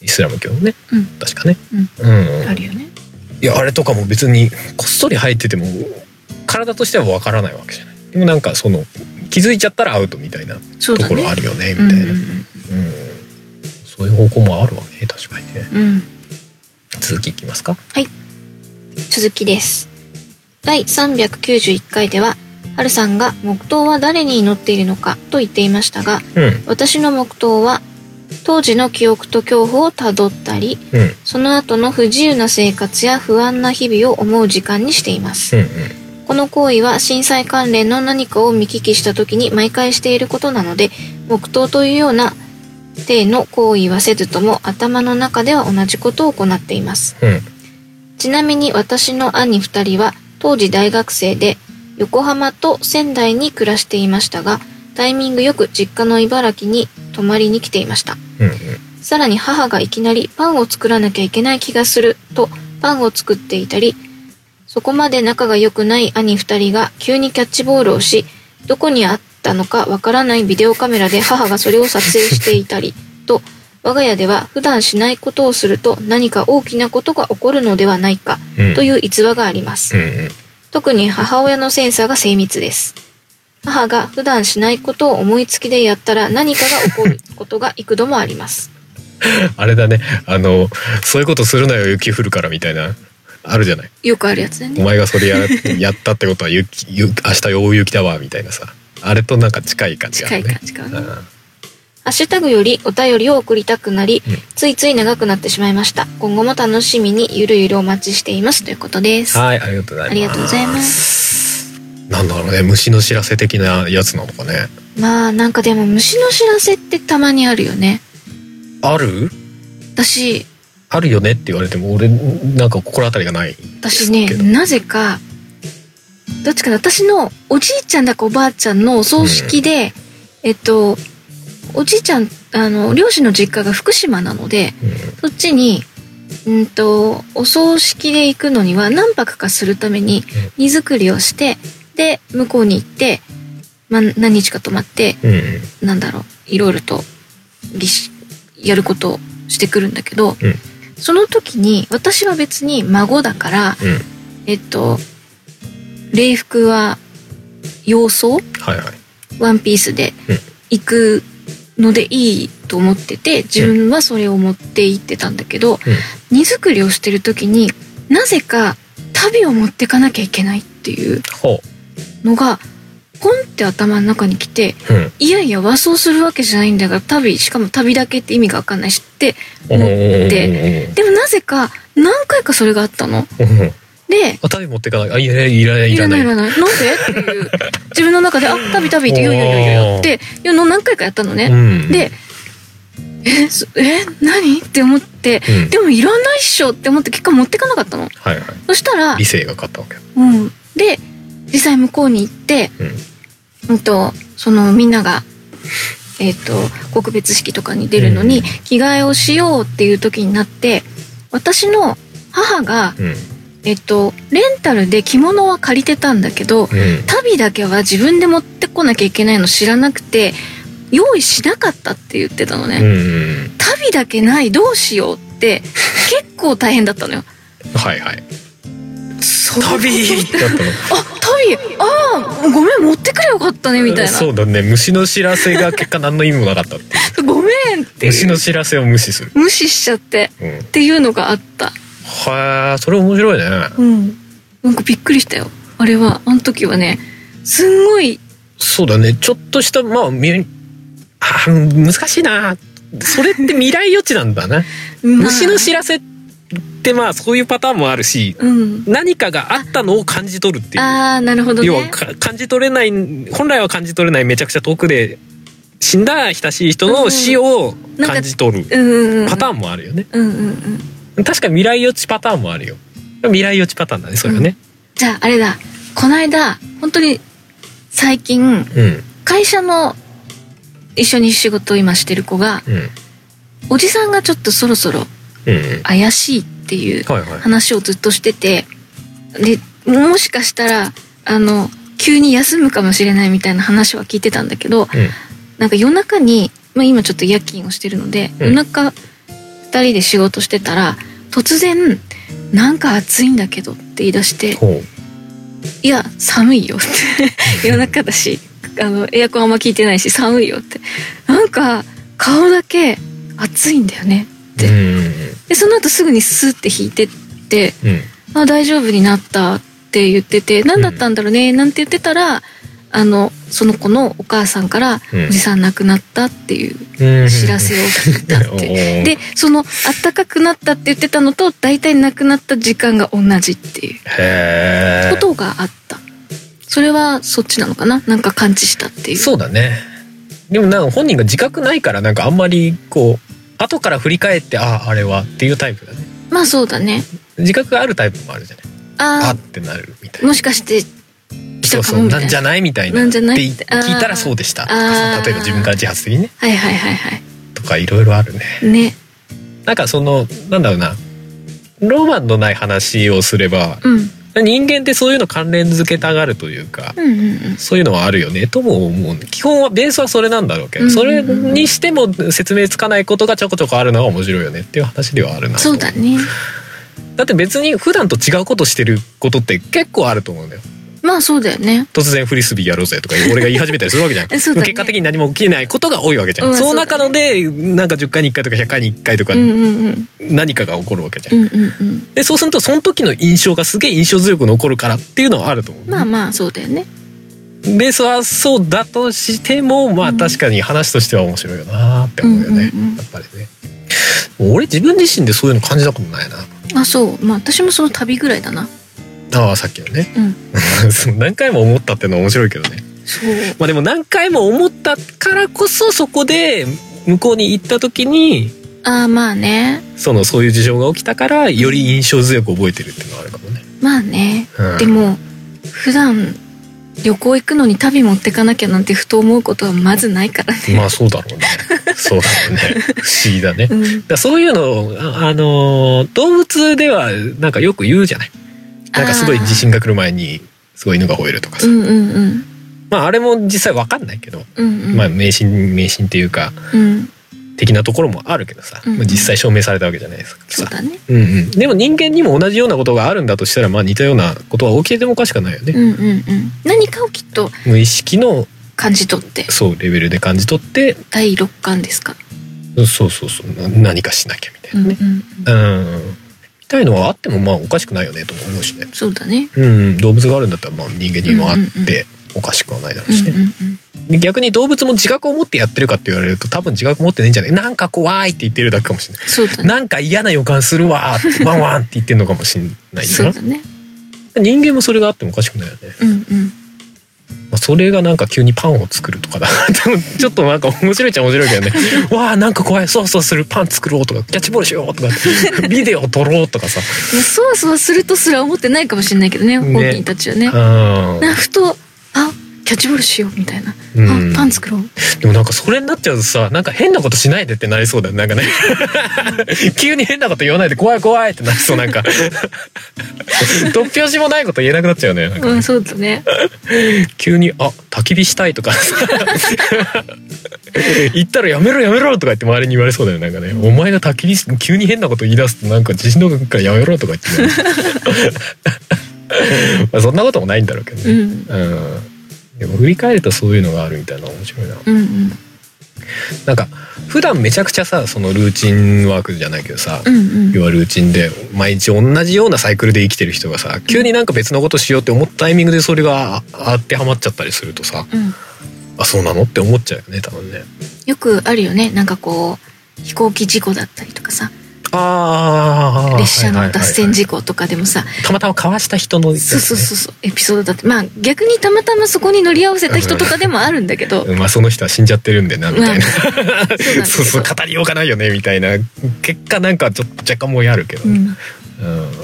[SPEAKER 1] イスラム教のね、
[SPEAKER 2] うん
[SPEAKER 1] 確かね、
[SPEAKER 2] う
[SPEAKER 1] うん
[SPEAKER 2] あるよね
[SPEAKER 1] いやあれとかも別にこっそり入ってても体としてはわからないわけじゃないでもなんかその気づいちゃったらアウトみたいなと
[SPEAKER 2] そうだ
[SPEAKER 1] ころあ
[SPEAKER 2] ね
[SPEAKER 1] るよね
[SPEAKER 2] うん
[SPEAKER 1] みたいな、うんそういう方向もあるわね確かにね
[SPEAKER 2] うんうん
[SPEAKER 1] 続きいきますか
[SPEAKER 2] 続きです第391回ではハルさんが「黙祷は誰に祈っているのか」と言っていましたが
[SPEAKER 1] うん
[SPEAKER 2] 私の黙祷は当時の記憶と恐怖をたどったり
[SPEAKER 1] うん
[SPEAKER 2] その後の不自由な生活や不安な日々を思う時間にしています
[SPEAKER 1] うんうん
[SPEAKER 2] この行為は震災関連の何かを見聞きした時に毎回していることなので黙祷というような体の行為はせずとも頭の中では同じことを行っています
[SPEAKER 1] うん
[SPEAKER 2] ちなみに私の兄2人は当時大学生で横浜と仙台に暮らしていましたがタイミングよく実家の茨城に泊まりに来ていました
[SPEAKER 1] うん
[SPEAKER 2] さらに母がいきなりパンを作らなきゃいけない気がするとパンを作っていたりそこまで仲が良くない兄2人が急にキャッチボールをしどこにあったのかわからないビデオカメラで母がそれを撮影していたりと我が家では普段しないことをすると何か大きなことが起こるのではないか
[SPEAKER 1] うん
[SPEAKER 2] という逸話があります
[SPEAKER 1] うんうん
[SPEAKER 2] 特に母親のセンサーが精密です母が普段しないことを思いつきでやったら何かが起こることが幾度もあります
[SPEAKER 1] あれだねあのそういうことするなよ雪降るからみたいなあるじゃない
[SPEAKER 2] よくあるやつだよ
[SPEAKER 1] お
[SPEAKER 2] ね
[SPEAKER 1] 前がそれや
[SPEAKER 2] [LAUGHS]
[SPEAKER 1] やったってことは雪ゆ明日大雪だわみたいなさあれとなんか近い感じがあ
[SPEAKER 2] 近
[SPEAKER 1] る
[SPEAKER 2] い
[SPEAKER 1] ね
[SPEAKER 2] 感じかなハッシュタグよりお便りを送りたくなり、
[SPEAKER 1] うん
[SPEAKER 2] ついつい長くなってしまいました今後も楽しみにゆるゆるお待ちしていますということです
[SPEAKER 1] うんはいありがとうございます
[SPEAKER 2] ありがとうございます
[SPEAKER 1] なんだろうね虫の知らせ的なやつなのかね
[SPEAKER 2] まあなんかでも虫の知らせってたまにあるよね
[SPEAKER 1] ある
[SPEAKER 2] 私
[SPEAKER 1] あるよねって言われても俺なんか心当たりがない
[SPEAKER 2] 私ね
[SPEAKER 1] ですけど
[SPEAKER 2] なぜかどっちかな私のおじいちゃんだかおばあちゃんのお葬式で、えっとおじいちゃんあの両親の実家が福島なので
[SPEAKER 1] うん
[SPEAKER 2] そっちにうんとお葬式で行くのには何泊かするために荷造りをしてで向こうに行って、まあ、何日か泊まって
[SPEAKER 1] うんうん
[SPEAKER 2] なんだろういろいろと儀式やることをしてくるんだけど、
[SPEAKER 1] うん
[SPEAKER 2] その時に私は別に孫だから
[SPEAKER 1] うん
[SPEAKER 2] えっと礼服は洋装
[SPEAKER 1] はいはい
[SPEAKER 2] ワンピースで
[SPEAKER 1] うん
[SPEAKER 2] 行くのでいいと思ってて自分はそれを持って行ってたんだけど、荷造りをしてる時になぜか旅を持ってかなきゃいけないっていう
[SPEAKER 1] ほ
[SPEAKER 2] のがポンって頭の中に来て
[SPEAKER 1] ううん
[SPEAKER 2] いやいや和装するわけじゃないんだから旅しかも旅だけって意味がわかんないしって
[SPEAKER 1] おー
[SPEAKER 2] でもなぜか何回かそれがあったの
[SPEAKER 1] うんうん
[SPEAKER 2] で、
[SPEAKER 1] あタビ持ってかないあいやいらないい
[SPEAKER 2] い
[SPEAKER 1] ら
[SPEAKER 2] ら
[SPEAKER 1] な
[SPEAKER 2] ないいいらない。なんでっていう。自分の中で、あ、たびたびって、いやいやいやいやっていうのを何回かやったのね。
[SPEAKER 1] うん、
[SPEAKER 2] で、え、そえ、何って思って、
[SPEAKER 1] うん
[SPEAKER 2] でもいらないっしょって思って結果持ってかなかったの。
[SPEAKER 1] はいはい
[SPEAKER 2] そしたら
[SPEAKER 1] 理、性が勝ったわけ
[SPEAKER 2] うん。で、実際向こうに行って、
[SPEAKER 1] うん
[SPEAKER 2] うんと、そのみんなが、えっ、と、告別式とかに出るの
[SPEAKER 1] う
[SPEAKER 2] に
[SPEAKER 1] ん
[SPEAKER 2] 着替えをしようっていう時になって、私の母が、
[SPEAKER 1] うん
[SPEAKER 2] えっ、と、レンタルで着物は借りてたんだけど、
[SPEAKER 1] うん
[SPEAKER 2] 足袋だけは自分で持ってこなきゃいけないの知らなくて用意しなかったって言ってたの
[SPEAKER 1] う
[SPEAKER 2] ね、
[SPEAKER 1] んうん
[SPEAKER 2] 足袋だけないどうしよう
[SPEAKER 1] [LAUGHS]
[SPEAKER 2] って結構大変だったのよ
[SPEAKER 1] はいはい
[SPEAKER 2] そ
[SPEAKER 1] タビ [LAUGHS] ーだったの
[SPEAKER 2] あ足袋ああごめん持ってくれよかったねみたい
[SPEAKER 1] そうだね虫の知らせが結果何の意味もなかったっていう
[SPEAKER 2] なごめんっていう
[SPEAKER 1] 虫の知らせを無視する、
[SPEAKER 2] 無視しちゃって
[SPEAKER 1] うん、
[SPEAKER 2] っていうのがあった
[SPEAKER 1] はあそれ面白いね
[SPEAKER 2] うんなんかびっくりしたよあれはあの時はねすんごい
[SPEAKER 1] そうだねちょっとしたまあみあー難しいなそれって未来予知なんだな虫の知らせってまあそういうパターンもあるし
[SPEAKER 2] うん
[SPEAKER 1] 何かがあったのを感じ取るっていう
[SPEAKER 2] ああなるほどね
[SPEAKER 1] 要はか感じ取れない本来は感じ取れないめちゃくちゃ遠くで死んだ親しい人の死を
[SPEAKER 2] なんか
[SPEAKER 1] 感じ取る
[SPEAKER 2] うんうんうん
[SPEAKER 1] パターンもあるよね
[SPEAKER 2] うんうんうん
[SPEAKER 1] 確かに未来予知パターンもあるよ未来予知パターンだねそれはね
[SPEAKER 2] じゃああれだこの間本当に最近
[SPEAKER 1] うん
[SPEAKER 2] 会社の一緒に仕事を今してる子が
[SPEAKER 1] うん
[SPEAKER 2] おじさんがちょっとそろそろ
[SPEAKER 1] うんうん
[SPEAKER 2] 怪しいっていう
[SPEAKER 1] はいはい
[SPEAKER 2] 話をずっとしててでもしかしたらあの急に休むかもしれないみたいな話は聞いてたんだけ
[SPEAKER 1] う
[SPEAKER 2] ど
[SPEAKER 1] ん
[SPEAKER 2] なんか夜中に、まあ、今ちょっと夜勤をしてるので、
[SPEAKER 1] うん
[SPEAKER 2] 夜中2人で仕事してたら突然「なんか暑いんだけど」って言い出して
[SPEAKER 1] ほう
[SPEAKER 2] いや寒いよって [LAUGHS] 夜中だしあのエアコンあんま効いてないし寒いよってなんか顔だけ暑いんだよねで
[SPEAKER 1] うん
[SPEAKER 2] でその後すぐにスーって引いてって
[SPEAKER 1] うん
[SPEAKER 2] 「あ大丈夫になった」って言ってて「何だったんだろうね」なんて言ってたらあのその子のお母さんから
[SPEAKER 1] うん
[SPEAKER 2] 「おじさん亡くなった」っていう
[SPEAKER 1] うん
[SPEAKER 2] 知らせを聞いたっ [LAUGHS] て。
[SPEAKER 1] て
[SPEAKER 2] でそのあったかくなったって言ってたのと大体亡くなった時間が同じっていう
[SPEAKER 1] へえ
[SPEAKER 2] ことがあったそれはそっちなのかななんか感知したっていう
[SPEAKER 1] そうだねでもなんか本人が自覚ないからなんかあんまりこう後から振り返ってあああれはっていうタイプだね
[SPEAKER 2] まあそうだね
[SPEAKER 1] 自覚があるタイプもあるじゃないあ
[SPEAKER 2] あ
[SPEAKER 1] ってなるみたい
[SPEAKER 2] あ
[SPEAKER 1] な
[SPEAKER 2] もしかして来
[SPEAKER 1] そ
[SPEAKER 2] た
[SPEAKER 1] う
[SPEAKER 2] か
[SPEAKER 1] そ
[SPEAKER 2] も
[SPEAKER 1] う
[SPEAKER 2] みた
[SPEAKER 1] ないん
[SPEAKER 2] な
[SPEAKER 1] じゃないみたいな
[SPEAKER 2] なんじゃない
[SPEAKER 1] って聞いたらそうでしたとか
[SPEAKER 2] あ
[SPEAKER 1] そ
[SPEAKER 2] ー
[SPEAKER 1] う例えば自分から自発的にね
[SPEAKER 2] はいはいはいは
[SPEAKER 1] とかいろいろあるね
[SPEAKER 2] いね
[SPEAKER 1] なんかそのなんだろうなロマンのない話をすれば
[SPEAKER 2] うん
[SPEAKER 1] 人間ってそういうの関連づけたがるというか
[SPEAKER 2] うんうんうん
[SPEAKER 1] そういうのはあるよねとも思う基本はベースはそれなんだろうけど、
[SPEAKER 2] うんうん
[SPEAKER 1] そ
[SPEAKER 2] うん
[SPEAKER 1] れにしても説明つかないことがちょこちょこあるのは面白いよねっていう話ではあるな
[SPEAKER 2] そうだね
[SPEAKER 1] だって別に普段と違うことしてることって結構あると思うんだよ
[SPEAKER 2] まあそうだよね
[SPEAKER 1] 突然フリスビーやろうぜとか俺が言い始めたりするわけじゃん
[SPEAKER 2] [LAUGHS] そうだね
[SPEAKER 1] 結果的に何も起きないことが多いわけじゃん、
[SPEAKER 2] うん
[SPEAKER 1] その
[SPEAKER 2] そうだ
[SPEAKER 1] 中のでなんか10回に1回とか100回に1回とか
[SPEAKER 2] うんうんうん
[SPEAKER 1] 何かが起こるわけじゃん、
[SPEAKER 2] うんうんうん
[SPEAKER 1] でそうするとその時の印象がすげえ印象強く残るからっていうのはあると思う、
[SPEAKER 2] まあまあそうだよね
[SPEAKER 1] ベースはそうだとしてもま
[SPEAKER 2] う
[SPEAKER 1] あ
[SPEAKER 2] ん
[SPEAKER 1] 確かに話としては面白いよなって思うよね、
[SPEAKER 2] うんうんうん
[SPEAKER 1] やっぱりね俺自分自身でそういうの感じたことないな
[SPEAKER 2] あそうまあ私もその旅ぐらいだな
[SPEAKER 1] ああさっきのね [LAUGHS]
[SPEAKER 2] うん
[SPEAKER 1] そう何回も思ったっていうのは面白いけどね
[SPEAKER 2] そう
[SPEAKER 1] まあでも何回も思ったからこそそこで向こうに行った時に
[SPEAKER 2] ああまあね
[SPEAKER 1] そのそういう事情が起きたからより印象強く覚えてるっていうのはあるかもね、
[SPEAKER 2] まあね
[SPEAKER 1] うん、
[SPEAKER 2] でも普段旅行行くのに旅持ってかなきゃなんてふと思うことはまずないからね、
[SPEAKER 1] まあそうだろうねそうだろうね不思議だね
[SPEAKER 2] うん
[SPEAKER 1] だからそういうのをあ、あのー動物ではなんかよく言うじゃないなんかすごい地震が来る前にすごい犬が吠えるとか
[SPEAKER 2] う
[SPEAKER 1] さ、
[SPEAKER 2] んうんうん
[SPEAKER 1] まああれも実際わかんないけど、
[SPEAKER 2] うんうん
[SPEAKER 1] まあ迷信迷信っていうか
[SPEAKER 2] うん
[SPEAKER 1] 的なところもあるけどさ、
[SPEAKER 2] うん
[SPEAKER 1] まあ実際証明されたわけじゃないですか
[SPEAKER 2] そう
[SPEAKER 1] さ
[SPEAKER 2] だね
[SPEAKER 1] う、んうん、でも人間にも同じようなことがあるんだとしたらまあ似たようなことは起きててもおかしくないよ
[SPEAKER 2] う
[SPEAKER 1] ね、
[SPEAKER 2] んうんうん何かをきっと
[SPEAKER 1] 無意識の
[SPEAKER 2] 感じ取って
[SPEAKER 1] そうレベルで感じ取って
[SPEAKER 2] 第六感ですか、
[SPEAKER 1] そうそうそうな何かしなきゃみた
[SPEAKER 2] う
[SPEAKER 1] い
[SPEAKER 2] ん
[SPEAKER 1] な
[SPEAKER 2] うんう
[SPEAKER 1] ね、う
[SPEAKER 2] ん、
[SPEAKER 1] んみたいのはあってもまあおかしくないよねとも思うしね
[SPEAKER 2] そうだね
[SPEAKER 1] うん、動物があるんだったらまあ人間にもあっておかしくはないだろ
[SPEAKER 2] う
[SPEAKER 1] うんし
[SPEAKER 2] う
[SPEAKER 1] ね、
[SPEAKER 2] んうん
[SPEAKER 1] で逆に動物も自覚を持ってやってるかって言われると多分自覚持ってないんじゃないなんか怖いって言ってるだけかもしれない
[SPEAKER 2] そうだね
[SPEAKER 1] なんか嫌な予感するわーってワンワンって言ってるのかもしれない
[SPEAKER 2] そ
[SPEAKER 1] よ
[SPEAKER 2] うだね
[SPEAKER 1] 人間もそれがあってもおかしくないよね、
[SPEAKER 2] うんうん
[SPEAKER 1] まあ、それがなんか急にパンを作るとかだでもちょっとなんか面白いっちゃ面白いけどねわあなんか怖いそうそうするパン作ろうとかキャッチボールしようとかビデオ撮ろうとかさ
[SPEAKER 2] いやそわそわするとすら思ってないかもしれないけど
[SPEAKER 1] ね
[SPEAKER 2] ね本人たちはね
[SPEAKER 1] うん
[SPEAKER 2] なふとあキャッチボールしようみたいな、
[SPEAKER 1] うん
[SPEAKER 2] あパン作ろう
[SPEAKER 1] でもなんかそれになっちゃうとさなんか変なことしないでってなりそうだよねなんか [LAUGHS] ね急に変なこと言わないで怖い怖いってなりそうなんか [LAUGHS] 突拍子もないこと言えなくなっちゃうよねなんか
[SPEAKER 2] うんそうだね
[SPEAKER 1] 急に「あ焚き火したい」とか [LAUGHS] さ言ったら「やめろやめろ」とか言って周りに言われそうだよねなんかね「お前が焚き火し急に変なこと言い出すとなんか地震のくからやめろ」とか言ってね [LAUGHS] まあそんなこともないんだろうけど
[SPEAKER 2] う
[SPEAKER 1] ね、
[SPEAKER 2] ん
[SPEAKER 1] うん、でも振り返るとそういうのがあるみたいな面白いな
[SPEAKER 2] うんうん
[SPEAKER 1] なんか普段めちゃくちゃさそのルーチンワークじゃないけどさ、
[SPEAKER 2] うんうん
[SPEAKER 1] 要はルーチンで毎日同じようなサイクルで生きてる人がさ急になんか別のことしようって思ったタイミングでそれがあ当てはまっちゃったりするとさ
[SPEAKER 2] うん
[SPEAKER 1] あそうなのって思っちゃうよね多分ね
[SPEAKER 2] よくあるよねなんかこう飛行機事故だったりとかさ
[SPEAKER 1] ああ
[SPEAKER 2] 列車の脱線
[SPEAKER 1] 時
[SPEAKER 2] 事故とかでもさ、
[SPEAKER 1] たまたま交わした人の、ね、
[SPEAKER 2] そうそうそうそうエピソードだってまあ逆にたまたまそこに乗り合わせた人とかでもあるんだけど、
[SPEAKER 1] まあその人は死んじゃってるんでなみたいな、
[SPEAKER 2] そうなんだけど
[SPEAKER 1] そうそう語りようがないよねみたいな結果なんかちょっと若干もやるけど、
[SPEAKER 2] う
[SPEAKER 1] ね
[SPEAKER 2] ん、
[SPEAKER 1] うん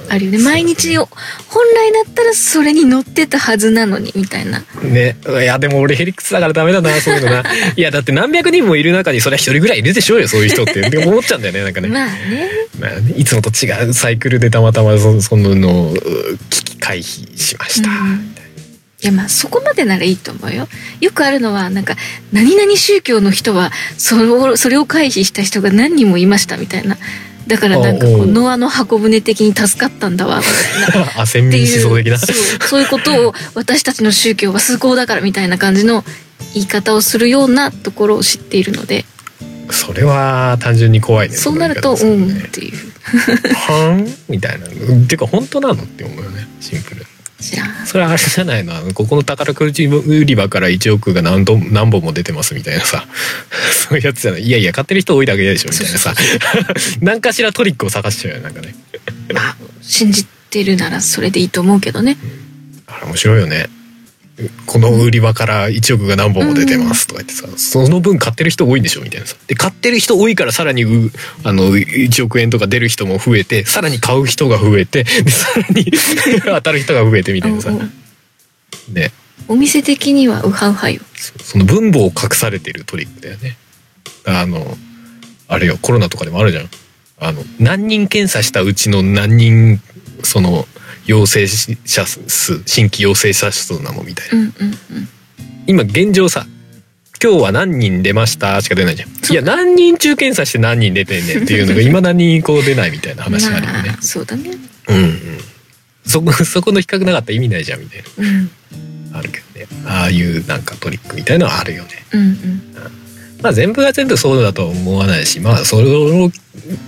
[SPEAKER 2] あるよね毎日を本来だったらそれに乗ってたはずなのにみたいな
[SPEAKER 1] ねいやでも俺ヘリクスだからダメだなそういうのないやだって何百人もいる中にそれは一人ぐらいいるでしょうよそういう人ってって思っちゃうんだよねなんかね、
[SPEAKER 2] まあね
[SPEAKER 1] まあねいつもと違うサイクルでたまたまそそののう危機回避しました、
[SPEAKER 2] うんいやまあそこまでならいいと思うよよくあるのはなんか何々宗教の人はそれをそれを回避した人が何人もいましたみたいなだからなんか
[SPEAKER 1] おう
[SPEAKER 2] こ
[SPEAKER 1] お
[SPEAKER 2] う
[SPEAKER 1] う
[SPEAKER 2] ノアの箱舟的に助かったんだわみたいな
[SPEAKER 1] [LAUGHS] あ先
[SPEAKER 2] って
[SPEAKER 1] [LAUGHS] 民
[SPEAKER 2] いう
[SPEAKER 1] 思想的な
[SPEAKER 2] そうそういうことを私たちの宗教は崇高だからみたいな感じの言い方をするようなところを知っているので
[SPEAKER 1] [LAUGHS] それは単純に怖いね
[SPEAKER 2] そうなると「う
[SPEAKER 1] その言い
[SPEAKER 2] ん」っ
[SPEAKER 1] 方ですね
[SPEAKER 2] ていう
[SPEAKER 1] はんみたいなうんていうか本当なのって思うよねシンプルに
[SPEAKER 2] 知らん
[SPEAKER 1] それはあれじゃないのあのここの宝くじ売り場から1億が何度何本も出てますみたいなさ [LAUGHS] そういうやつじゃないいやいや買ってる人多いだけでしょみたいな
[SPEAKER 2] [LAUGHS]
[SPEAKER 1] さ何かしらトリックを探しちゃうよねなんかね
[SPEAKER 2] まあ信じてるならそれでいいと思うけどね
[SPEAKER 1] あれ面白いよねこの売り場から1億が何本も出てますとか言ってさ、その分買ってる人多いんでしょみたいなさで買ってる人多いからさらにうあの1億円とか出る人も増えてさらに買う人が増えてでさらに [LAUGHS] 当たる人が増えてみたいなさ
[SPEAKER 2] うんうん
[SPEAKER 1] ね
[SPEAKER 2] お店的にはウハウハよ
[SPEAKER 1] そその分母を隠されてるトリックだよねあのあれよコロナとかでもあるじゃんあの何人検査したうちの何人その陽性者数新規陽性者数なのみたいな
[SPEAKER 2] うんうんうん
[SPEAKER 1] 今現状さ今日は何人出ましたしか出ないじゃんいや何人中検査して何人出てんねんって [LAUGHS] いうのがいまだにこう出ないみたいな話があるよね
[SPEAKER 2] まあそうだね
[SPEAKER 1] うんうんそこそこの比較なかったら意味ないじゃんみたい
[SPEAKER 2] うん
[SPEAKER 1] なあるけどねああいうなんかトリックみたいのはあるよね
[SPEAKER 2] うんうん
[SPEAKER 1] まあ全部が全部そうだとは思わないしまあそれを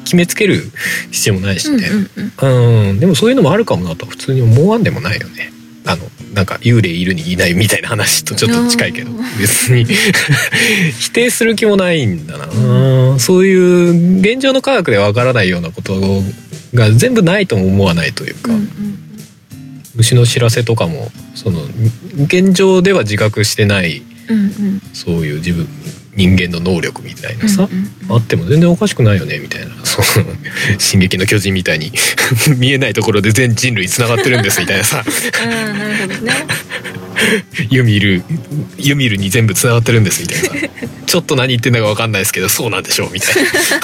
[SPEAKER 1] 決めつける必要もないし
[SPEAKER 2] うん
[SPEAKER 1] ね
[SPEAKER 2] うんうん
[SPEAKER 1] うんでもそういうのもあるかもなと普通に思わんでもないよねあのなんか幽霊いるにいないみたいな話とちょっと近いけど
[SPEAKER 2] うん
[SPEAKER 1] 別に [LAUGHS] 否定する気もないんだな、
[SPEAKER 2] う
[SPEAKER 1] そういう現状の科学でわからないようなことが全部ないとも思わないというか、
[SPEAKER 2] うんうん
[SPEAKER 1] 虫の知らせとかもその現状では自覚してない
[SPEAKER 2] うんうん
[SPEAKER 1] そういう自分人間の能力みたいなさ、
[SPEAKER 2] うんう
[SPEAKER 1] あ
[SPEAKER 2] ん
[SPEAKER 1] っても全然おかしくないよねみたいな [LAUGHS] 「その進撃の巨人」みたいに [LAUGHS] 見えないところで全人類つながってるんですみたいなさ [LAUGHS]
[SPEAKER 2] ああなるほどね
[SPEAKER 1] ユミルユミルに全部つながってるんですみた [LAUGHS] いなさちょっと何言ってんだか分かんないですけどそうなんで [LAUGHS] しょうみたい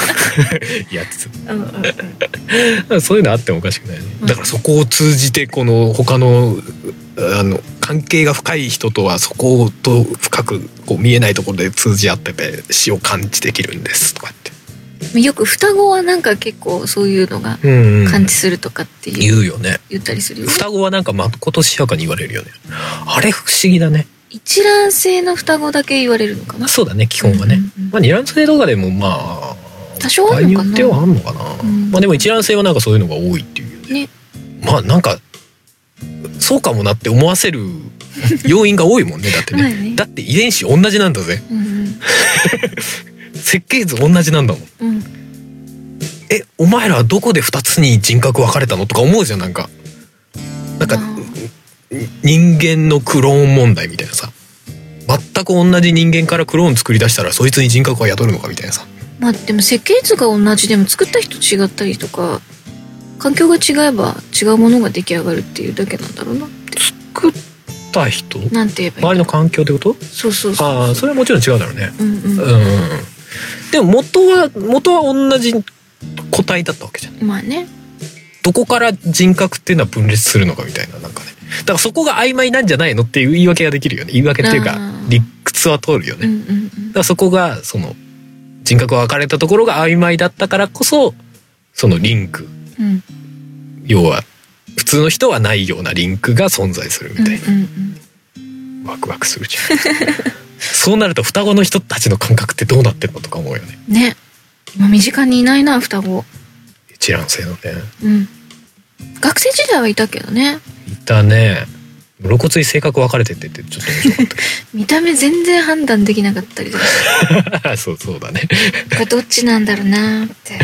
[SPEAKER 1] なやつ
[SPEAKER 2] うんうんうん
[SPEAKER 1] そういうのあってもおかしくないよねだからそこを通じてこの他のあの関係が深い人とはそこと深くこう見えないところで通じ合ってて死を感じできるんですとかって。
[SPEAKER 2] よく双子はなんか結構そういうのが
[SPEAKER 1] うんうん
[SPEAKER 2] 感知するとかっていう、
[SPEAKER 1] 言うよね
[SPEAKER 2] 言ったりするよ、ね、
[SPEAKER 1] 双子はなんかまことしやかに言われるよねあれ不思議だね
[SPEAKER 2] 一卵性の双子だけ言われるのか
[SPEAKER 1] ま
[SPEAKER 2] な
[SPEAKER 1] あそうだね基本はね、
[SPEAKER 2] うんうんうん
[SPEAKER 1] まあ二卵性とかでもまあ
[SPEAKER 2] 多少あるの
[SPEAKER 1] 場合
[SPEAKER 2] か
[SPEAKER 1] によ
[SPEAKER 2] な
[SPEAKER 1] ってはあんのかな、
[SPEAKER 2] ん
[SPEAKER 1] まあでも一卵性はなんかそういうのが多いっていうよね
[SPEAKER 2] ね
[SPEAKER 1] まあなんかそうかもなって思わせる要因が多いもんねだってね
[SPEAKER 2] まあね
[SPEAKER 1] だって遺伝子同じなんだぜ
[SPEAKER 2] うん
[SPEAKER 1] 設計図同じなんだもん
[SPEAKER 2] うんうん
[SPEAKER 1] えお前らはどこで2つに人格分かれたのとか思うじゃんなんかなんか
[SPEAKER 2] あー
[SPEAKER 1] 人間のクローン問題みたいなさ全く同じ人間からクローン作り出したらそいつに人格は雇うのかみたいなさ
[SPEAKER 2] まあでも設計図が同じでも作った人違ったりとか環境が違えば違うものが出来上がるっていうだけなんだろうなって
[SPEAKER 1] 作った人周
[SPEAKER 2] なんて言えばいい
[SPEAKER 1] りの環境ってこと
[SPEAKER 2] そうそうそう
[SPEAKER 1] ああそれはもちろん違うだろうね
[SPEAKER 2] うんうん
[SPEAKER 1] うんでも元は元は同じ個体だったわけじゃん
[SPEAKER 2] まあね
[SPEAKER 1] どこから人格っていうのは分裂するのかみたいななんかねだからそこが曖昧なんじゃないのっていう言い訳ができるよね言い訳っていうか
[SPEAKER 2] あー
[SPEAKER 1] 理屈は通るよね、
[SPEAKER 2] うんうん
[SPEAKER 1] だからそこがその人格が分かれたところが曖昧だったからこそそのリンク
[SPEAKER 2] うんうん
[SPEAKER 1] 要は普通の人はないようなリンクが存在するみ
[SPEAKER 2] うんう
[SPEAKER 1] たいな、
[SPEAKER 2] んうん
[SPEAKER 1] ワクワクするじゃん [LAUGHS] そうなると双子の人たちの感覚ってどうなってるのとか思うよね
[SPEAKER 2] ね今身近にいないな双子
[SPEAKER 1] 一卵性のね
[SPEAKER 2] うん学生時代はいたけどね
[SPEAKER 1] いたね露骨に性格分かれててってちょっと面白かっ
[SPEAKER 2] 見た目全然判断できなかったりとかして
[SPEAKER 1] たあ [LAUGHS] そうそうだね [LAUGHS]
[SPEAKER 2] これどっちなんだろうなって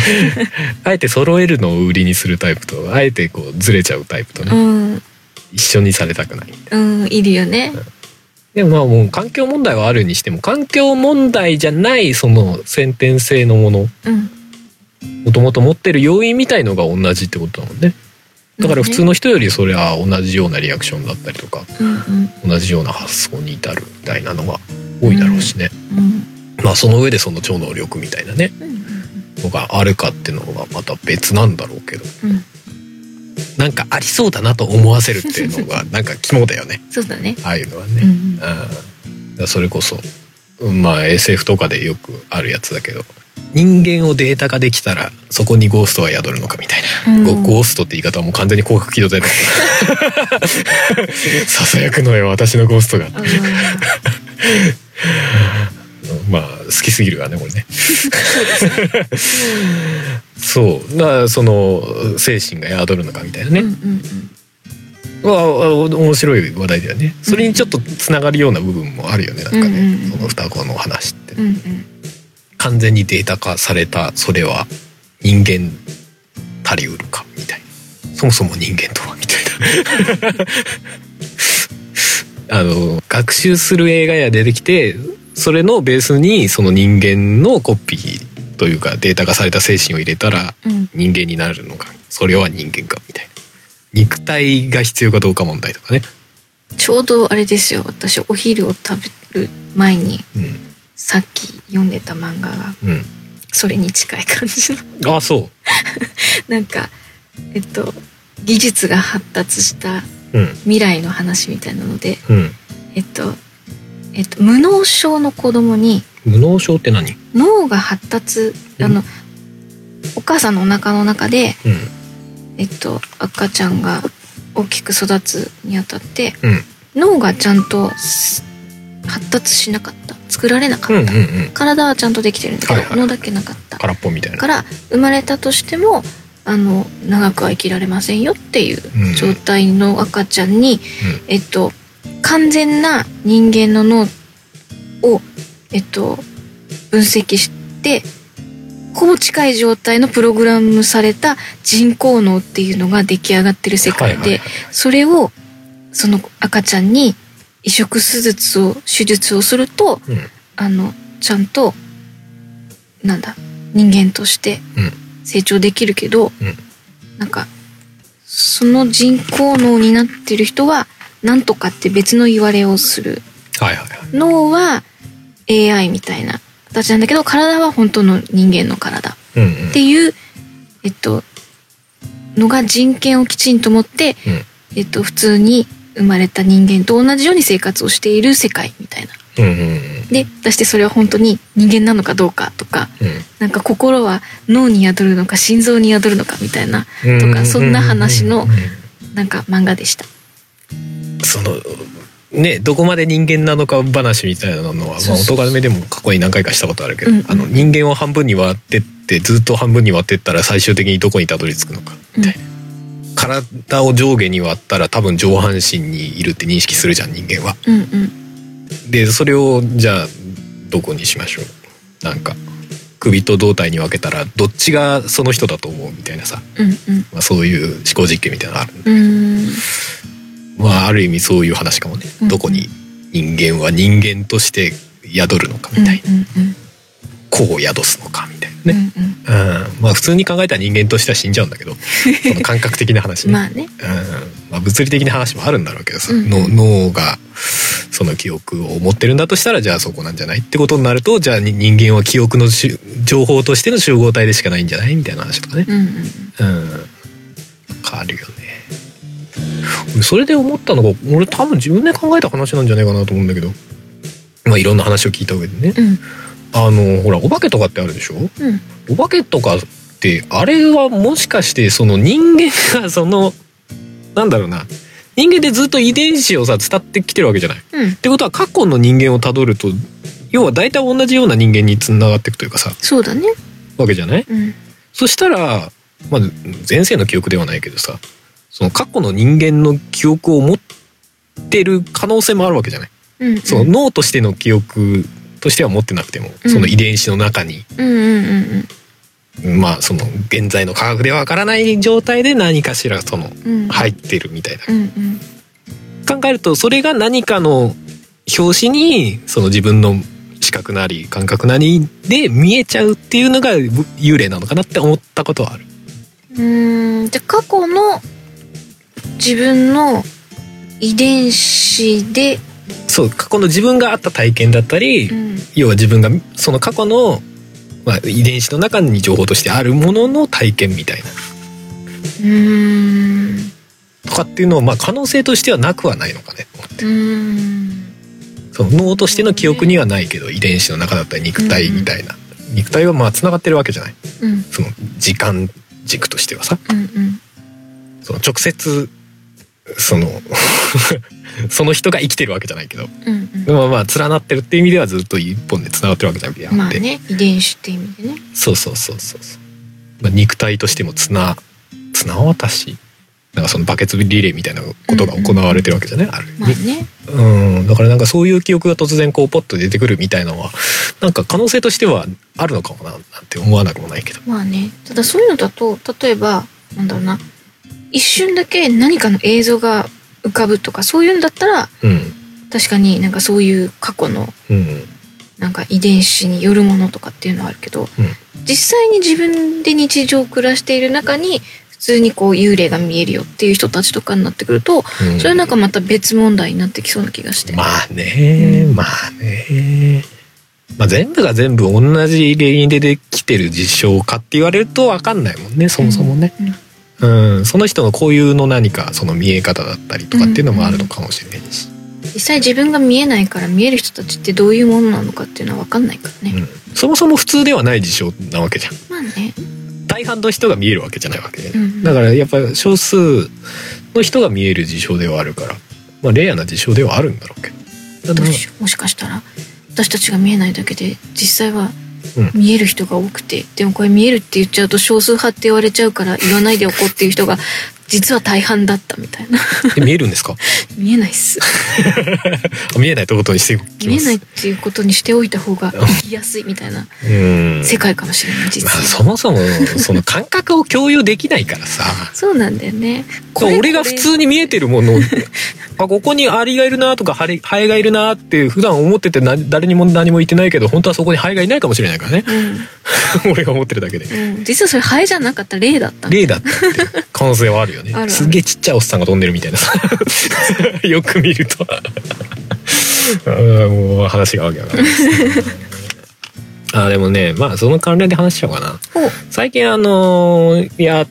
[SPEAKER 1] あえて揃えるのを売りにするタイプとあえてこうずれちゃうタイプとね、
[SPEAKER 2] うん
[SPEAKER 1] 一緒にされたくない
[SPEAKER 2] うんいるよね
[SPEAKER 1] でもまあもう環境問題はあるにしても環境問題じゃないその先天性のもの
[SPEAKER 2] うん
[SPEAKER 1] もともと持ってる要因みたいのが同じってことだもんねだから普通の人よりそれは同じようなリアクションだったりとか
[SPEAKER 2] うんうん
[SPEAKER 1] 同じような発想に至るみたいなのが多いだろうしね、
[SPEAKER 2] うん
[SPEAKER 1] まあその上でその超能力みたいなね
[SPEAKER 2] うんうん
[SPEAKER 1] のがあるかっていうのがまた別なんだろうけど
[SPEAKER 2] うん
[SPEAKER 1] なんかありそうだなと思わせるっていうのがなんか肝だよね
[SPEAKER 2] そうだね
[SPEAKER 1] ああいうのは
[SPEAKER 2] うんう
[SPEAKER 1] ね、
[SPEAKER 2] ん
[SPEAKER 1] うん、だからそれこそうんまあ SF とかでよくあるやつだけど人間をデータ化できたらそこにゴーストは宿るのかみたいな、
[SPEAKER 2] うん
[SPEAKER 1] ゴゴーストって言い方はもう完全に広角機動隊だ
[SPEAKER 2] [LAUGHS]
[SPEAKER 1] けどささやくのよ私のゴーストが
[SPEAKER 2] あー
[SPEAKER 1] まあ好きすぎるわねこれね。そうだからその精神が宿るのかみたいなね、
[SPEAKER 2] うんうん
[SPEAKER 1] わあお面白い話題だよねそれにちょっとつながるような部分もあるよねなんかね、
[SPEAKER 2] うんうん
[SPEAKER 1] その双子の話って、
[SPEAKER 2] うんうんうん
[SPEAKER 1] 完全にデータ化されたそれは人間たりうるかみたいなそもそも人間とはみたいな [LAUGHS] あの学習する映画や出てきてそれのベースにその人間のコピーというかデータ化された精神を入れたら
[SPEAKER 2] うん
[SPEAKER 1] 人間になるのかそれは人間かみたいな肉体が必要かどうか問題とかね、
[SPEAKER 2] ちょうどあれですよ私お昼を食べる前に
[SPEAKER 1] うん
[SPEAKER 2] さっき読んでた漫画が
[SPEAKER 1] うん、
[SPEAKER 2] それに近い感じの
[SPEAKER 1] ああそ
[SPEAKER 2] なんかえっと技術が発達した
[SPEAKER 1] ううん
[SPEAKER 2] 未来の話みたいなので
[SPEAKER 1] うん
[SPEAKER 2] えっとえっと無脳症の子供に
[SPEAKER 1] 無能症って何
[SPEAKER 2] 脳が発達あの、お母さんのお腹の中で
[SPEAKER 1] うん
[SPEAKER 2] えっと赤ちゃんが大きく育つにあたって
[SPEAKER 1] うん
[SPEAKER 2] 脳がちゃんとす発達しなかった作られな
[SPEAKER 1] うん
[SPEAKER 2] か
[SPEAKER 1] う
[SPEAKER 2] っ
[SPEAKER 1] ん
[SPEAKER 2] た、
[SPEAKER 1] うん
[SPEAKER 2] 体はちゃんとできてるんだけど、
[SPEAKER 1] はいはい
[SPEAKER 2] 脳だけなかった
[SPEAKER 1] 空っぽみたいな
[SPEAKER 2] から生まれたとしてもあの長くは生きられませんよっていう
[SPEAKER 1] うん
[SPEAKER 2] 状態の赤ちゃんに、
[SPEAKER 1] う
[SPEAKER 2] えっと完全な人間の脳をえっと分析してほぼ近い状態のプログラムされた人工脳っていうのが出来上がってる世界で、
[SPEAKER 1] はいはいはい
[SPEAKER 2] それをその赤ちゃんに移植手術を手術をすると、
[SPEAKER 1] うん
[SPEAKER 2] あのちゃんとなんだ人間として
[SPEAKER 1] うん
[SPEAKER 2] 成長できるけど、
[SPEAKER 1] うん
[SPEAKER 2] なんかその人工脳になってる人はなんとかって別の言われをする
[SPEAKER 1] はいはいはい
[SPEAKER 2] 脳は AI みたいな形なんだけど体は本当の人間の体っ
[SPEAKER 1] うんうん
[SPEAKER 2] ていう、えっと、のが人権をきちんと持って、
[SPEAKER 1] うん
[SPEAKER 2] えっと、普通に生まれた人間と同じように生活をしている世界みたいな。
[SPEAKER 1] うんうんうん
[SPEAKER 2] で出してそれは本当に人間なのかどうかとかなんか心は脳に宿るのか心臓に宿るのかみたいな
[SPEAKER 1] うん
[SPEAKER 2] とかそんな話の
[SPEAKER 1] うんうんうん
[SPEAKER 2] なんか漫画でした
[SPEAKER 1] そのねどこまで人間なのか話みたいなのは
[SPEAKER 2] そうそう
[SPEAKER 1] まあ、音目でも過去に何回かしたことあるけど、
[SPEAKER 2] うんうん
[SPEAKER 1] あの人間を半分に割ってってずっと半分に割ってったら最終的にどこにたどり着くのかみたいな、体を上下に割ったら多分上半身にいるって認識するじゃん人間は。
[SPEAKER 2] うんうん
[SPEAKER 1] でそれをじゃあどこにしましょうなんか首と胴体に分けたらどっちがその人だと思うみたいなさ、
[SPEAKER 2] うんうん
[SPEAKER 1] まあ、そういう思考実験みたいなのあるんだ
[SPEAKER 2] うーん
[SPEAKER 1] まあある意味そういう話かもね、
[SPEAKER 2] うん
[SPEAKER 1] どこに人間は人間として宿るのかみたいな、
[SPEAKER 2] う
[SPEAKER 1] こう宿すのかみたい
[SPEAKER 2] んうんうん
[SPEAKER 1] なね、うんまあ普通に考えたら人間としては死んじゃうんだけどその感覚的な話
[SPEAKER 2] う
[SPEAKER 1] ね、
[SPEAKER 2] ん [LAUGHS] まあね
[SPEAKER 1] うんまあ、物理的な話もあるんだろうけどさ、
[SPEAKER 2] うん
[SPEAKER 1] の脳がその記憶を持ってるんだとしたらじゃあそこなんじゃないってことになるとじゃあに人間は記憶のし情報としての集合体でしかないんじゃないみたいな話とかね。
[SPEAKER 2] うんう
[SPEAKER 1] う
[SPEAKER 2] ん
[SPEAKER 1] ん、変わるよね俺それで思ったのが俺多分自分で考えた話なんじゃないかなと思うんだけどまあいろんな話を聞いた上でね
[SPEAKER 2] うん
[SPEAKER 1] あのほらお化けとかってあるでしょ
[SPEAKER 2] うん
[SPEAKER 1] お化けとかってあれはもしかしてその人間がそのなんだろうな人間でずっと遺伝子をさ伝ってきてるわけじゃない。っ
[SPEAKER 2] うん
[SPEAKER 1] てことは過去の人間をたどると要は大体同じような人間につながっていくというかさ
[SPEAKER 2] そうだね
[SPEAKER 1] わけじゃない
[SPEAKER 2] うん
[SPEAKER 1] そしたら、まあ、前世の記憶ではないけどさその過去の人間の記憶を持ってる可能性もあるわけじゃない、
[SPEAKER 2] うんうん
[SPEAKER 1] その脳としての記憶としては持ってなくても、
[SPEAKER 2] うん
[SPEAKER 1] その遺伝子の中に
[SPEAKER 2] うんうんうん
[SPEAKER 1] まあその現在の科学ではわからない状態で何かしらその
[SPEAKER 2] うんうん
[SPEAKER 1] 入ってるみたいな、
[SPEAKER 2] うんうん
[SPEAKER 1] 考えるとそれが何かの表紙にその自分の視覚なり感覚なりで見えちゃうっていうのが幽霊なのかなって思ったことはある。
[SPEAKER 2] うーんじゃあ過去の自分の遺伝子で、
[SPEAKER 1] そう過去の自分があった体験だったり、
[SPEAKER 2] うん、
[SPEAKER 1] 要は自分がその過去の、まあ、遺伝子の中に情報としてあるものの体験みたいな
[SPEAKER 2] うーん
[SPEAKER 1] とかっていうのは、まあ、可能性としてはなくはないのかねと思っ
[SPEAKER 2] う
[SPEAKER 1] て
[SPEAKER 2] ーん
[SPEAKER 1] その脳としての記憶にはないけど遺伝子の中だったり肉体みたいな、肉体はまあつながってるわけじゃない
[SPEAKER 2] うん
[SPEAKER 1] その時間軸としてはさ
[SPEAKER 2] うんうん
[SPEAKER 1] その直接その [LAUGHS] その人が生きてるわけじゃないけど
[SPEAKER 2] うん
[SPEAKER 1] まあまあ連なってるっていう意味ではずっと一本でつながってるわけじゃなくて、
[SPEAKER 2] うんまあね遺伝子って意味でね
[SPEAKER 1] そうそうそうそうそう、まあ、肉体としても綱綱渡しなんかそのバケツリレーみたいなことが行われてるわけじゃない、ある
[SPEAKER 2] まあね
[SPEAKER 1] うんだからなんかそういう記憶が突然こうポッと出てくるみたいなのはなんか可能性としてはあるのかもななんて思わなくもないけど
[SPEAKER 2] まあねただそういうのだと例えばなんだろうな一瞬だけ何かの映像が浮かぶとかそういうんだったら
[SPEAKER 1] うん
[SPEAKER 2] 確かになんかそういう過去の
[SPEAKER 1] うん
[SPEAKER 2] なんか遺伝子によるものとかっていうのはあるけど、実際に自分で日常暮らしている中に普通にこう幽霊が見えるよっていう人たちとかになってくる
[SPEAKER 1] う
[SPEAKER 2] と、
[SPEAKER 1] ん
[SPEAKER 2] それはなんかまた別問題になってきそうな気がして、
[SPEAKER 1] まあね、
[SPEAKER 2] うん
[SPEAKER 1] まあねまあ全部が全部同じ原因でできてる事象かって言われると分かんないもんねそもそもね、
[SPEAKER 2] うん、
[SPEAKER 1] うん、その人の固有の何かその見え方だったりとかっていうのもあるのかもしれないし、
[SPEAKER 2] 実際自分が見えないから見える人たちってどういうものなのかっていうのは分かんないから
[SPEAKER 1] う
[SPEAKER 2] ね、
[SPEAKER 1] んそもそも普通ではない事象なわけじゃん
[SPEAKER 2] まあね
[SPEAKER 1] 大半の人が見えるわけじゃないわけで、
[SPEAKER 2] うんうん
[SPEAKER 1] だからやっぱり少数の人が見える事象ではあるから、まあ、レアな事象ではあるんだろうけど
[SPEAKER 2] ど
[SPEAKER 1] た
[SPEAKER 2] う
[SPEAKER 1] だ
[SPEAKER 2] しようもしかしたら私たちが見えないだけで実際は
[SPEAKER 1] うん
[SPEAKER 2] 見える人が多くて、でもこれ見えるって言っちゃうと少数派って言われちゃうから言わないでおこうっていう人が実は大半だったみたいな [LAUGHS]
[SPEAKER 1] え見えるんですか [LAUGHS]
[SPEAKER 2] 見えないっす
[SPEAKER 1] あ見えないってことにしておき
[SPEAKER 2] 見
[SPEAKER 1] ま
[SPEAKER 2] え
[SPEAKER 1] す
[SPEAKER 2] ないっていうことにしておいた方が生きやすいみたいな
[SPEAKER 1] うん
[SPEAKER 2] 世界かもしれない実
[SPEAKER 1] まあ
[SPEAKER 2] は、
[SPEAKER 1] そもそもその感覚を共有できないからさ
[SPEAKER 2] そうなんだよね
[SPEAKER 1] こう俺が普通に見えてるも
[SPEAKER 2] [LAUGHS]
[SPEAKER 1] のあここにアリがいるなとかハレハエがいるなって普段思っててな誰にも何も言ってないけど本当はそこにハエがいないかもしれないからね [LAUGHS] 俺が思ってるだけで
[SPEAKER 2] うん、うん、実はそれハエじゃなかった例だった
[SPEAKER 1] 例だったっていう可能性はあるよね
[SPEAKER 2] あるある
[SPEAKER 1] すげえちっちゃいおっさんが飛んでるみたいなさ
[SPEAKER 2] [LAUGHS]
[SPEAKER 1] よく見るとうんもう話がわけわかんないですあでもねまあその関連で話しちゃおうかな
[SPEAKER 2] ほう
[SPEAKER 1] 最近あのーやっ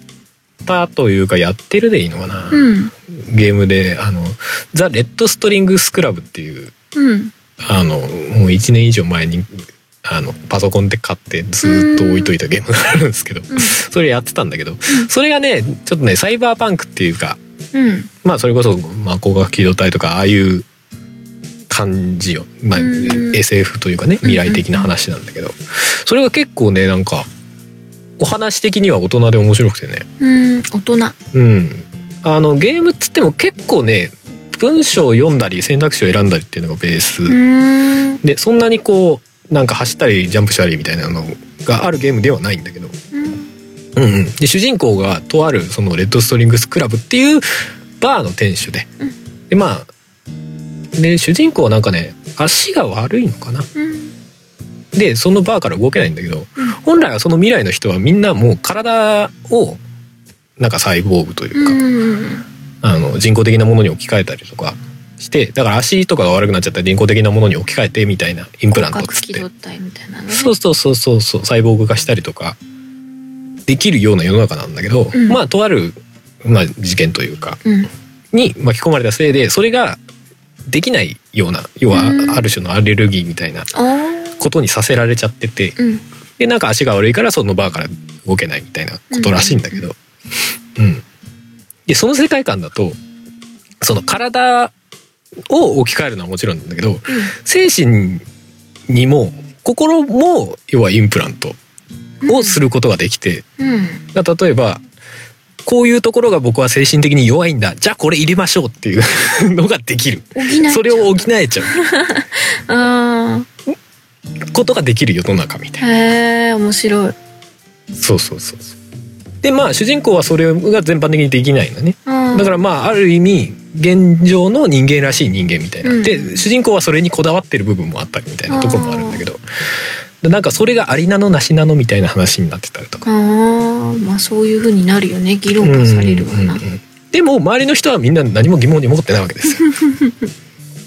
[SPEAKER 1] たというかやってるでいいのかな、
[SPEAKER 2] うん
[SPEAKER 1] ゲームであのザ・レッドストリングスクラブっていう
[SPEAKER 2] うん
[SPEAKER 1] あのもう1年以上前にあのパソコンで買ってずーっと置いといたゲームがあるんですけど、それやってたんだけど、それがねちょっとねサイバーパンクっていうか
[SPEAKER 2] うん
[SPEAKER 1] まあそれこそ、まあ、光学機動隊とかああいう感じよ、まあ、
[SPEAKER 2] うん
[SPEAKER 1] SF というかね未来的な話なんだけど、それが結構ねなんかお話的には大人で面白くてね
[SPEAKER 2] うん大人
[SPEAKER 1] うんあのゲームっつっても結構ね文章を読んだり選択肢を選んだりっていうのがベース、
[SPEAKER 2] うん
[SPEAKER 1] でそんなにこうなんか走ったりジャンプしたりみたいなのがあるゲームではないんだけど
[SPEAKER 2] うん
[SPEAKER 1] うんうん、で主人公がとあるそのレッドストリングスクラブっていうバーの店主で、
[SPEAKER 2] うん
[SPEAKER 1] でまあで主人公はなんかね足が悪いのかな
[SPEAKER 2] うん
[SPEAKER 1] でそのバーから動けないんだけど
[SPEAKER 2] うん
[SPEAKER 1] 本来はその未来の人はみんなもう体をなんかサイボーグというか、
[SPEAKER 2] うん
[SPEAKER 1] あの人工的なものに置き換えたりとかしてだから足とかが悪くなっちゃったら人工的なものに置き換えてみたいなインプラントっ
[SPEAKER 2] 骨
[SPEAKER 1] つっ
[SPEAKER 2] 格機
[SPEAKER 1] て
[SPEAKER 2] 動体みたいなのね
[SPEAKER 1] そうそうそうそうそうサイボーグ化したりとかできるような世の中なんだけど、
[SPEAKER 2] うん
[SPEAKER 1] まあとある、まあ、事件というか
[SPEAKER 2] うん
[SPEAKER 1] に巻き込まれたせいでそれができないような要は
[SPEAKER 2] うん
[SPEAKER 1] ある種のアレルギーみたいな
[SPEAKER 2] あー
[SPEAKER 1] ことにさせられちゃってて
[SPEAKER 2] うん
[SPEAKER 1] でなんか足が悪いからそのバーから動けないみたいなことらしいんだけど、うん、でその世界観だとその体を置き換えるのはもちろんなんだけど精神にも心も要はインプラント
[SPEAKER 2] うん
[SPEAKER 1] をすることができて、
[SPEAKER 2] うん
[SPEAKER 1] だから例えばこういうところが僕は精神的に弱いんだじゃあこれ入れましょうっていう [LAUGHS] のができる
[SPEAKER 2] 補いちゃう
[SPEAKER 1] それを補えちゃう
[SPEAKER 2] あ
[SPEAKER 1] ことができる世の中みたいな
[SPEAKER 2] ーへえ面白い
[SPEAKER 1] そうそうそうそうでまあ主人公はそれが全般的にできないのね
[SPEAKER 2] だ
[SPEAKER 1] だからまあある意味現状の人間らしい人間みたいな、
[SPEAKER 2] うん
[SPEAKER 1] で主人公はそれにこだわってる部分もあったりみたいなところもあるんだけどでなんかそれがありなのなしなのみたいな話になってたりとか、
[SPEAKER 2] ああまあそういう風になるよね議論化されるわな、
[SPEAKER 1] うんうんうんでも周りの人はみんな何も疑問に思ってないわけですよ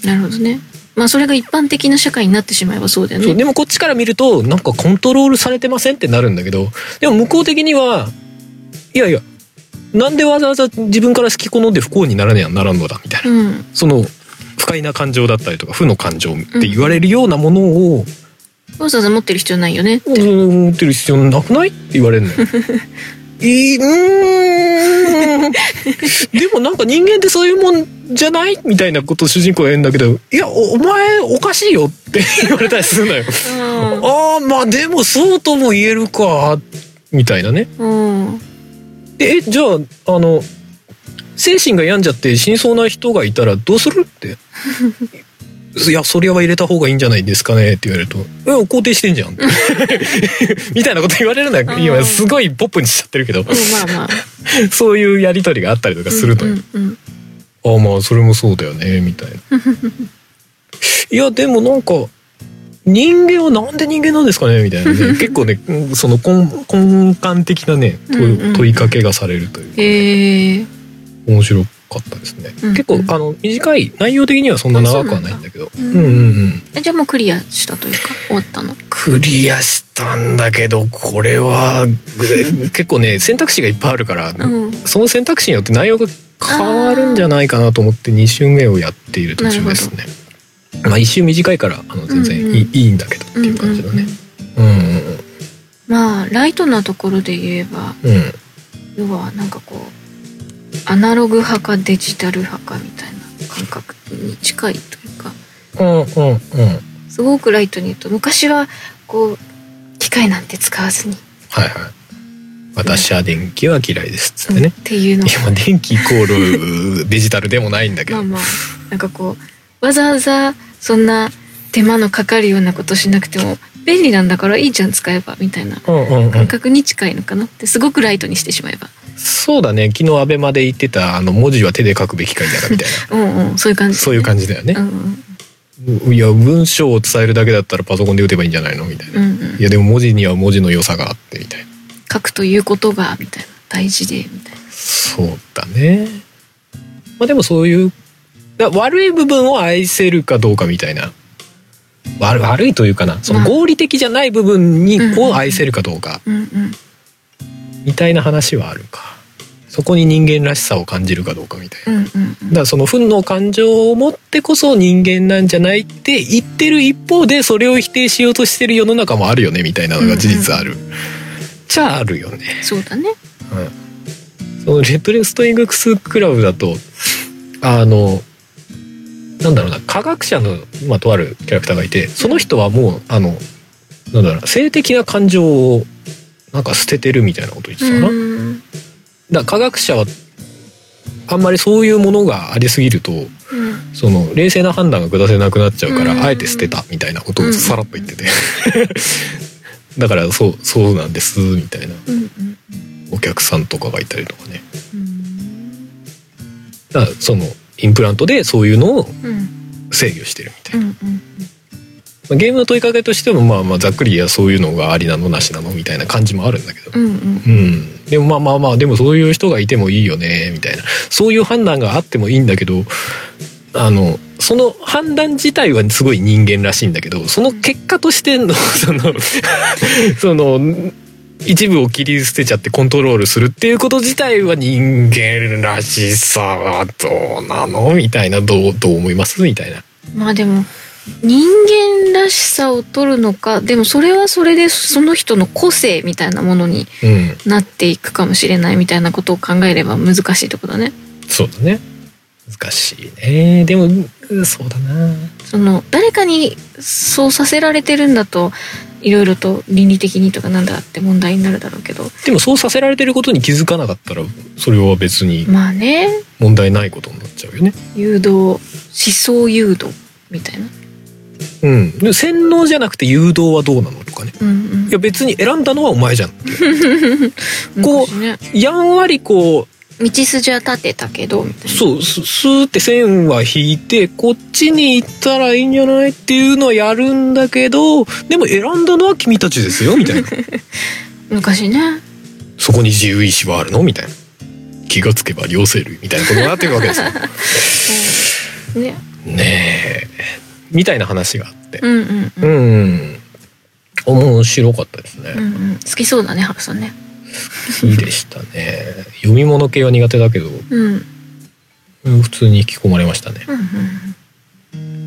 [SPEAKER 2] なるほどねまあそれが一般的な社会になってしまえばそうだよ
[SPEAKER 1] そう
[SPEAKER 2] ね
[SPEAKER 1] でもこっちから見るとなんかコントロールされてませんってなるんだけどでも向こう的にはいやいやなんでわざわざ自分から好き好んで不幸にならねえやならんのだみたいな
[SPEAKER 2] うん
[SPEAKER 1] その不快な感情だったりとか負の感情って言われるようなものを
[SPEAKER 2] わざわざ持ってる必要ないよね
[SPEAKER 1] 「うーん持ってる必要なくない?」って言われるのよ。いいうーんでもなんか人間ってそういうもんじゃないみたいなことを主人公は言うんだけど「いやおお前おかしいよ」って言われたりするのよ。ああまあでもそうとも言えるかみたいなね。
[SPEAKER 2] うんうん
[SPEAKER 1] でえじゃああの精神が病んじゃって死にそうな人がいたらどうするって [LAUGHS] いやそれは入れた方がいいんじゃないですかねって言われると「え肯定してんじゃ [LAUGHS] ん」みたいなこと言われるのは
[SPEAKER 2] う
[SPEAKER 1] 今
[SPEAKER 2] ん
[SPEAKER 1] すごいポップにしちゃってる
[SPEAKER 2] [LAUGHS]
[SPEAKER 1] けど
[SPEAKER 2] まあまあ
[SPEAKER 1] そういうやり取りがあったりとかするのよ。
[SPEAKER 2] うんうん
[SPEAKER 1] ああまあそれもそうだよねみ
[SPEAKER 2] [LAUGHS]
[SPEAKER 1] たいないやでもなんか人間はなんで人間なんですかねみたいな、ね、
[SPEAKER 2] [LAUGHS]
[SPEAKER 1] 結構ねうんその根根幹的なね問
[SPEAKER 2] うんうん
[SPEAKER 1] い問いかけがされるというか、
[SPEAKER 2] へえ
[SPEAKER 1] 面白かったですね、
[SPEAKER 2] うんうん
[SPEAKER 1] 結構あの短い内容的にはそんな長くはないんだけど
[SPEAKER 2] そうなん
[SPEAKER 1] う
[SPEAKER 2] だ
[SPEAKER 1] ん
[SPEAKER 2] うん
[SPEAKER 1] うんうん
[SPEAKER 2] じゃあもうクリアしたというか終わったの
[SPEAKER 1] クリアしたんだけどこれはぐ [LAUGHS] 結構ね選択肢がいっぱいあるから、
[SPEAKER 2] うん
[SPEAKER 1] その選択肢によって内容が変わるんじゃないかなと思って2週目をやっている途中ですねまあ1週短いからあの全然いい,、
[SPEAKER 2] うんうん
[SPEAKER 1] いいんだけどっていう感じだね
[SPEAKER 2] んんん
[SPEAKER 1] うんうん
[SPEAKER 2] まあライトなところで言えば
[SPEAKER 1] うん
[SPEAKER 2] 要はなんかこうアナログ派かデジタル派かみたいな感覚に近いというか
[SPEAKER 1] うんうんうん
[SPEAKER 2] すごくライトに言うと昔はこう機械なんて使わずに、
[SPEAKER 1] はいはい私は電気は嫌いですっつってね、
[SPEAKER 2] っていうの
[SPEAKER 1] いやまあ電気イコールデジタルでもないんだけ
[SPEAKER 2] ま
[SPEAKER 1] ど、
[SPEAKER 2] あまあなんかこうわざわざそんな手間のかかるようなことしなくても便利なんだからいいじゃん使えばみたいな
[SPEAKER 1] うんうんう
[SPEAKER 2] 感
[SPEAKER 1] ん、
[SPEAKER 2] 覚に近いのかなってすごくライトにしてしまえば
[SPEAKER 1] そうだね昨日アベマで言ってたあの文字は手で書くべきか否かみたいな
[SPEAKER 2] うんうんそういう感じ
[SPEAKER 1] そういう感じだよね、
[SPEAKER 2] うん
[SPEAKER 1] いや文章を伝えるだけだったらパソコンで打てばいいんじゃないのみたいな、
[SPEAKER 2] うんうんうん
[SPEAKER 1] いやでも文字には文字の良さがあってみたいな
[SPEAKER 2] 書くということがみたいな大事でみたいな
[SPEAKER 1] そうだねまあでもそういうだ悪い部分を愛せるかどうかみたいな悪悪いというかなその
[SPEAKER 2] まあ
[SPEAKER 1] 合理的じゃない部分に
[SPEAKER 2] うんうんう
[SPEAKER 1] を
[SPEAKER 2] ん
[SPEAKER 1] 愛せるかどうか
[SPEAKER 2] うんうん
[SPEAKER 1] みたいな話はあるかそこに人間らしさを感じるかどうかみたいな
[SPEAKER 2] うんうんう
[SPEAKER 1] だ
[SPEAKER 2] ん
[SPEAKER 1] からその憤の感情を持ってこそ人間なんじゃないって言ってる一方でそれを否定しようとしてる世の中もあるよねみたいなのが事実ある、じゃああるよね、
[SPEAKER 2] そうだね
[SPEAKER 1] そのレッドレストイングクスクラブだとあのなんだろうな科学者の、まあ、とあるキャラクターがいてその人はもうあのなんだろうな性的な感情をなんか捨ててるみたいなこと言ってたかな、
[SPEAKER 2] うん
[SPEAKER 1] だから科学者はあんまりそういうものがありすぎると
[SPEAKER 2] うん
[SPEAKER 1] その冷静な判断が下せなくなっちゃうから、
[SPEAKER 2] うん
[SPEAKER 1] あえて捨てたみたいなことをさらっと言って [LAUGHS] て、だからそうそうなんですみたいな
[SPEAKER 2] うんうん
[SPEAKER 1] お客さんとかがいたりとかね
[SPEAKER 2] うん
[SPEAKER 1] だからそのインプラントでそういうのを
[SPEAKER 2] うん
[SPEAKER 1] 制御してるみたいな
[SPEAKER 2] うんうん
[SPEAKER 1] まあゲームの問いかけとしてもまあまあざっくりやそういうのがありなのなしなのみたいな感じもあるんだけど、
[SPEAKER 2] うんうん
[SPEAKER 1] うん、でもまあまあまあでもそういう人がいてもいいよねみたいなそういう判断があってもいいんだけどあのその判断自体はすごい人間らしいんだけどその結果としての [LAUGHS] そのその一部を切り捨てちゃってコントロールするっていうこと自体は人間らしさはどうなのみたいなどうどう思いますみたいな。
[SPEAKER 2] まあでも人間らしさを取るのかでもそれはそれでその人の個性みたいなものに
[SPEAKER 1] うん
[SPEAKER 2] なっていくかもしれないみたいなことを考えれば難しいってことだね。
[SPEAKER 1] そうだね難しいねでもうんそうだな
[SPEAKER 2] その誰かにそうさせられてるんだといろいろと倫理的にとかなんだって問題になるだろうけど
[SPEAKER 1] でもそうさせられてることに気づかなかったらそれは別に
[SPEAKER 2] まあね
[SPEAKER 1] 問題ないことになっちゃうよね。
[SPEAKER 2] 誘導思想誘導みたいな。
[SPEAKER 1] うん、でも洗脳じゃなくて誘導はどうなのとかね
[SPEAKER 2] うんうん
[SPEAKER 1] いや別に選んだのはお前じゃんこう
[SPEAKER 2] 昔ね
[SPEAKER 1] やんわりこ
[SPEAKER 2] 道筋は立てたけどみた
[SPEAKER 1] う
[SPEAKER 2] いな
[SPEAKER 1] そうススーって線は引いてこっちに行ったらいいんじゃないっていうのはやるんだけどでも選んだのは君たちですよみたいな
[SPEAKER 2] 昔ね
[SPEAKER 1] そこに自由意志はあるのみたいな気がつけば両生類みたいなことになっていくわけですよ
[SPEAKER 2] ね
[SPEAKER 1] ねえみたいな話があって
[SPEAKER 2] うんうんうん
[SPEAKER 1] うん面白かったですね、
[SPEAKER 2] うんうん、好きそうだねハルさんね
[SPEAKER 1] いいでしたね読み物系は苦手だけど
[SPEAKER 2] うんうん
[SPEAKER 1] うん普通に引き込まれましたね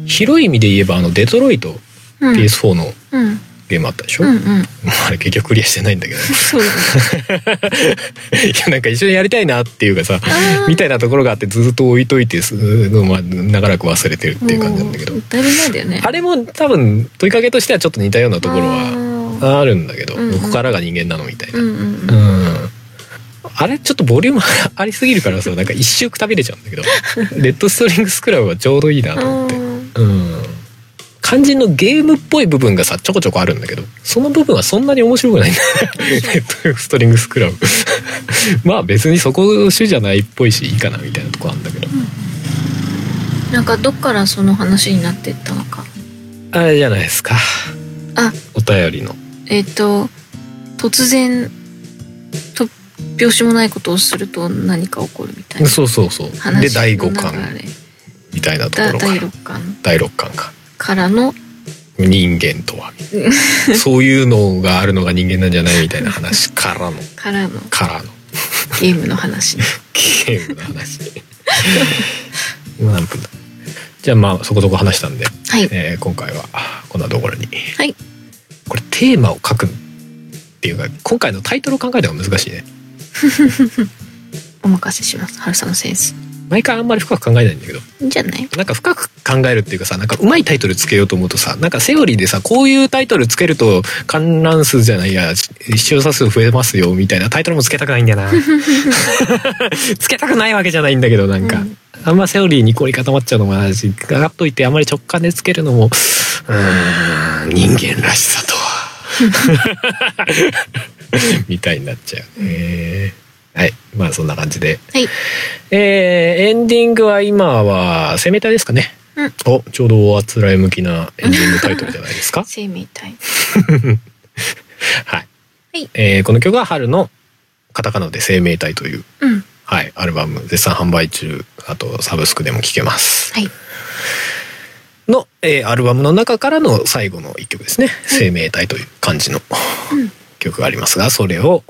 [SPEAKER 1] 広い意味で言えばあのデトロイト
[SPEAKER 2] うんうん
[SPEAKER 1] PS4 の
[SPEAKER 2] うん
[SPEAKER 1] ゲームあったでしょ、
[SPEAKER 2] うんうん
[SPEAKER 1] あれ結局クリアしてないんだけど
[SPEAKER 2] そうだね
[SPEAKER 1] [LAUGHS] いやなんか一緒にやりたいなっていうかさ
[SPEAKER 2] あ
[SPEAKER 1] [LAUGHS]
[SPEAKER 2] ー
[SPEAKER 1] みたいなところがあってずっと置いといてす、まあ、長らく忘れてるっていう感じなんだけど
[SPEAKER 2] もうだいぶ前だよね
[SPEAKER 1] あれも多分問いかけとしてはちょっと似たようなところは
[SPEAKER 2] は
[SPEAKER 1] あるんだけど、
[SPEAKER 2] うんうん
[SPEAKER 1] ここからが人間なのみたいな
[SPEAKER 2] う、んうんうん
[SPEAKER 1] うんあれちょっとボリューム [LAUGHS] ありすぎるからさなんか一周くたびれちゃうんだけ
[SPEAKER 2] [LAUGHS]
[SPEAKER 1] どレッドストリングスクラブはちょうどいいなと思って
[SPEAKER 2] うん
[SPEAKER 1] うん肝心のゲームっぽい部分がさちょこちょこあるんだけどその部分はそんなに面白くないんだレッドストリングスクラブ [LAUGHS] まあ別にそこ主じゃないっぽいしいいかなみたいなとこあるんだけど
[SPEAKER 2] なんかどっからその話になってったのか
[SPEAKER 1] あれじゃないですか
[SPEAKER 2] あ
[SPEAKER 1] お便りの
[SPEAKER 2] えっ、と突然と拍子もないことをすると何か起こるみたいな
[SPEAKER 1] そうそうそう
[SPEAKER 2] 話
[SPEAKER 1] で第5
[SPEAKER 2] の流
[SPEAKER 1] 巻
[SPEAKER 2] れ
[SPEAKER 1] みたいなとこ
[SPEAKER 2] だ
[SPEAKER 1] ろ
[SPEAKER 2] 第
[SPEAKER 1] から
[SPEAKER 2] 6巻
[SPEAKER 1] 第6巻か
[SPEAKER 2] からの
[SPEAKER 1] 人間とはそういうのがあるのが人間なんじゃないみたいな話からの
[SPEAKER 2] からの
[SPEAKER 1] からの
[SPEAKER 2] ゲームの話ね
[SPEAKER 1] ゲームの話今何分だじゃあまあそこそこ話したんで、
[SPEAKER 2] はい
[SPEAKER 1] えー今回はこんなところに
[SPEAKER 2] はい
[SPEAKER 1] これテーマを書くっていうか今回のタイトルを考えたのが難しいね
[SPEAKER 2] お任せします春さんのセンス
[SPEAKER 1] 毎回あんまり深く考えないんだけど
[SPEAKER 2] いいんじゃない
[SPEAKER 1] なんか深く考えるっていうかさなんかうまいタイトルつけようと思うとさなんかセオリーでさこういうタイトルつけると観覧数じゃないや視聴者数増えますよみたいなタイトルもつけたくないんだよ
[SPEAKER 2] [LAUGHS]
[SPEAKER 1] なつけたくないわけじゃないんだけどなんか、
[SPEAKER 2] うん
[SPEAKER 1] あんまセオリーに凝り固まっちゃうのもあるしガガッといてあんまり直感でつけるのもうーん人間らしさとは
[SPEAKER 2] [LAUGHS]
[SPEAKER 1] みたいになっちゃうね。はいまあそんな感じで
[SPEAKER 2] はい
[SPEAKER 1] えーエンディングは今は攻めたですかね。
[SPEAKER 2] うん
[SPEAKER 1] おちょうどおあつらえ向きなエンディングタイトルじゃないです
[SPEAKER 2] [LAUGHS]
[SPEAKER 1] か。
[SPEAKER 2] 生命体
[SPEAKER 1] はい。
[SPEAKER 2] はい
[SPEAKER 1] えーこの曲は春のカタカナで生命体という、
[SPEAKER 2] うん
[SPEAKER 1] はい、アルバム絶賛販売中、あとサブスクでも聴けます。
[SPEAKER 2] はい
[SPEAKER 1] の、えーアルバムの中からの最後の一曲ですね。生命体という感じの
[SPEAKER 2] うん
[SPEAKER 1] 曲がありますが、それを、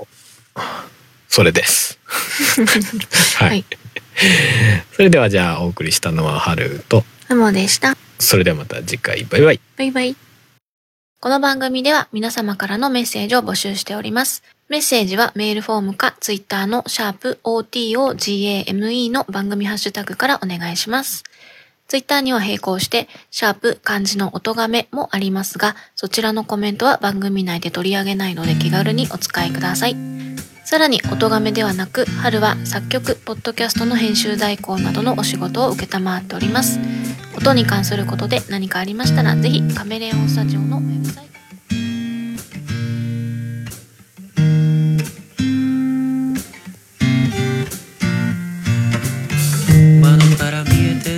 [SPEAKER 1] それ
[SPEAKER 2] [LAUGHS]
[SPEAKER 1] です。はい。
[SPEAKER 2] はい
[SPEAKER 1] それではじゃあお送りしたのは春と、
[SPEAKER 2] ナモでした
[SPEAKER 1] それではまた次回バイバイ。
[SPEAKER 2] バイバイ。この番組では皆様からのメッセージを募集しております。メッセージはメールフォームかツイッターのシャープ o t o g a m e の番組ハッシュタグからお願いします。ツイッターには並行して、シャープ漢字の音がめもありますが、そちらのコメントは番組内で取り上げないので気軽にお使いください。さらに、音がめではなく、春は作曲、ポッドキャストの編集代行などのお仕事を受けたまわっております。音に関することで何かありましたらぜひカメレオンスタジオのウェブサイト
[SPEAKER 3] 窓から見えて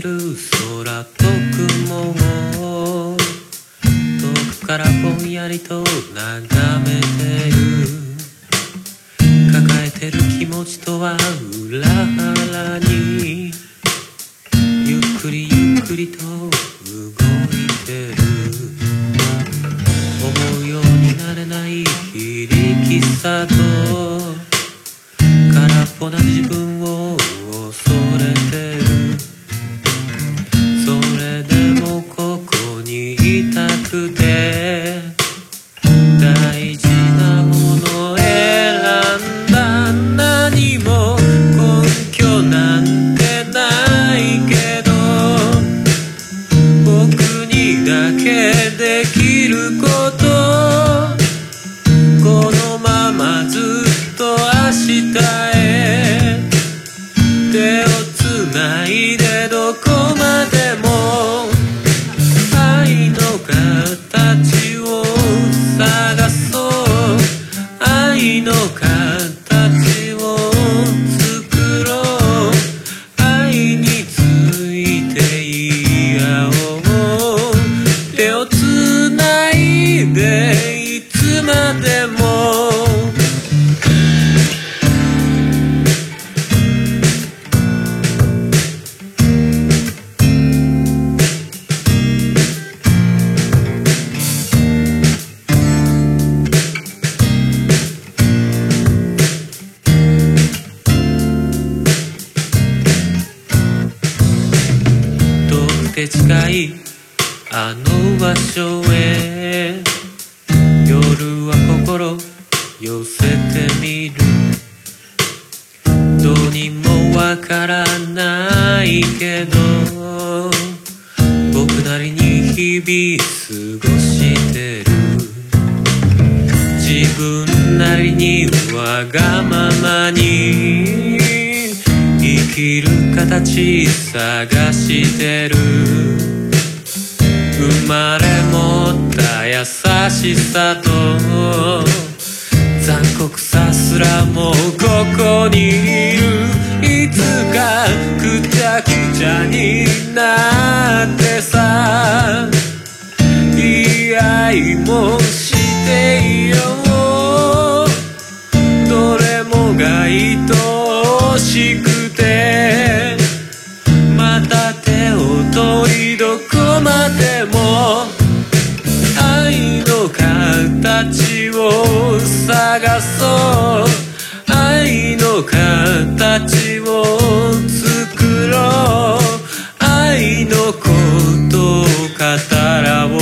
[SPEAKER 3] ちとは裏腹にゆっくりゆっくりと動いてる思うようになれない非力さと空っぽな自分を恐れてるそれでもここにいたくて大事なもの選んだ何も根拠なんてないけど僕にだけできることこのままずっと明日へ手をつないでどこまでも愛の形を探そう愛の形を作ろう愛について言い合おう手をつないでいつまでも遠くて近いあの場所へ夜は心寄せてみるどうにもわからないけど僕なりに日々過ごしてる自分なりにわがままに生きる形探してる生まれ持った優しさと残酷さすらもうここにいるいつかくちゃくちゃになってさ言い合いもしていようどれもが愛おしくてまた手を取りどこまでも愛の形を探そう愛の形を作ろう愛のことを語らおう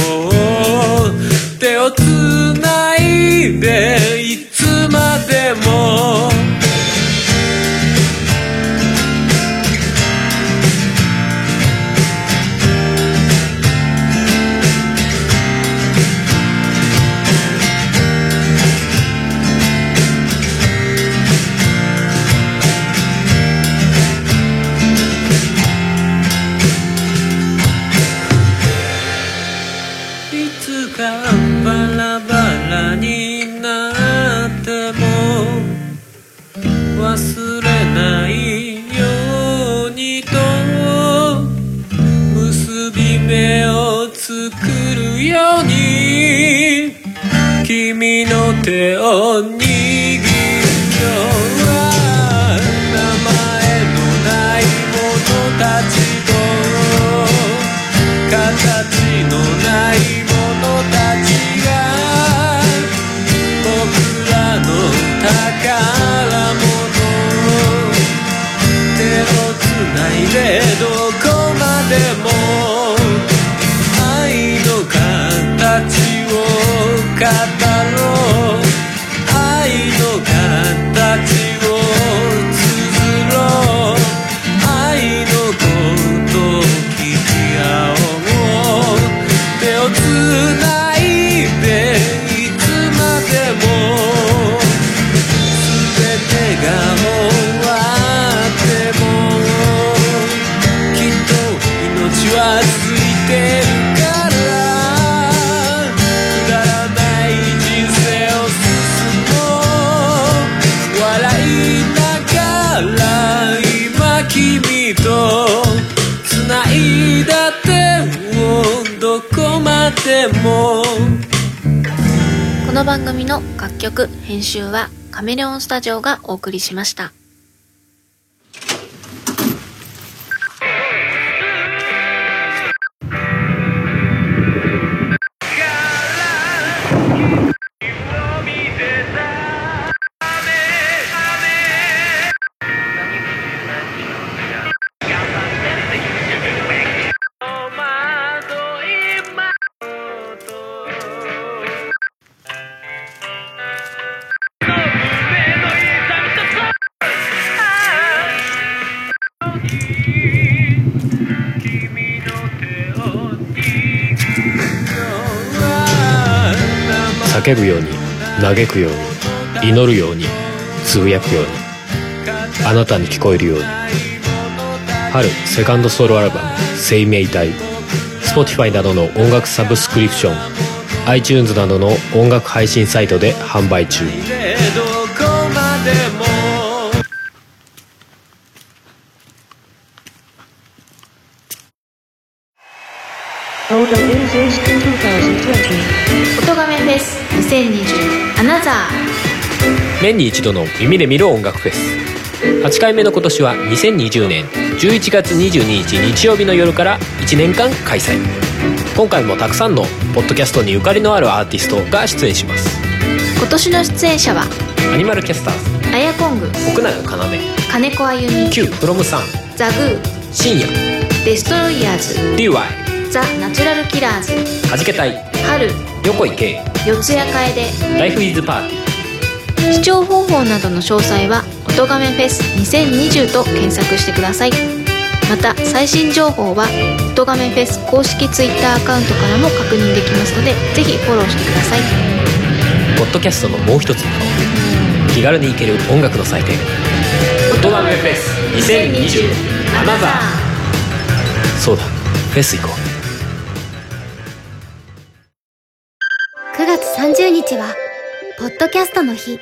[SPEAKER 3] 手をつないでいつまでもいつかバラバラになっても忘れないようにと結び目を作るように君の手を握る今日は名前のない者たちと形のないものたちが僕らの宝物手をつないでどこまでも愛の形を語ろう愛の形を綴ろう愛のことを聞き合おう手をつないでいつまでも全てが終わってもきっと命はついてるからくだらない人生を進もう笑いながら今君と繋いだ手をどこまでも
[SPEAKER 2] この番組の楽曲編集はカメレオンスタジオがお送りしました
[SPEAKER 3] 叫ぶように嘆くように祈るようにつぶやくようにあなたに聞こえるように春セカンドソロアルバム「生命体」Spotify などの音楽サブスクリプション iTunes などの音楽配信サイトで販売中
[SPEAKER 1] でどこまでも
[SPEAKER 2] 音がめフェス2020アナザ
[SPEAKER 3] 年に一度の耳で見る音楽フェス8回目の今年は2020年11月22日日曜日の夜から1年間開催今回もたくさんのポッドキャストにゆかりのあるアーティストが出演します
[SPEAKER 2] ー今年の出演者は
[SPEAKER 3] アニマルキャスターズ
[SPEAKER 2] アヤコング
[SPEAKER 3] 奥永要
[SPEAKER 2] 金子あゆみ
[SPEAKER 3] Q フロムさん
[SPEAKER 2] ザグー
[SPEAKER 3] 深夜
[SPEAKER 2] デストロイヤーズ
[SPEAKER 3] DY は
[SPEAKER 2] ザ・ナチュラルキラーズ
[SPEAKER 3] じけたい
[SPEAKER 2] 春
[SPEAKER 3] 横井圭
[SPEAKER 2] 四谷楓
[SPEAKER 3] ライフイズパーティー
[SPEAKER 2] 視聴方法などの詳細は「おとがめフェス2020」と検索してくださいまた最新情報は「おとがめフェス」公式 Twitter アカウントからも確認できますのでぜひフォローしてください
[SPEAKER 3] ポッドキャストのもう一つの顔気軽に行ける音楽の祭典
[SPEAKER 2] 「
[SPEAKER 3] 音亀フェス2020アナザーそうだフェス行こう
[SPEAKER 4] 9月30日は、ポッドキャストの日。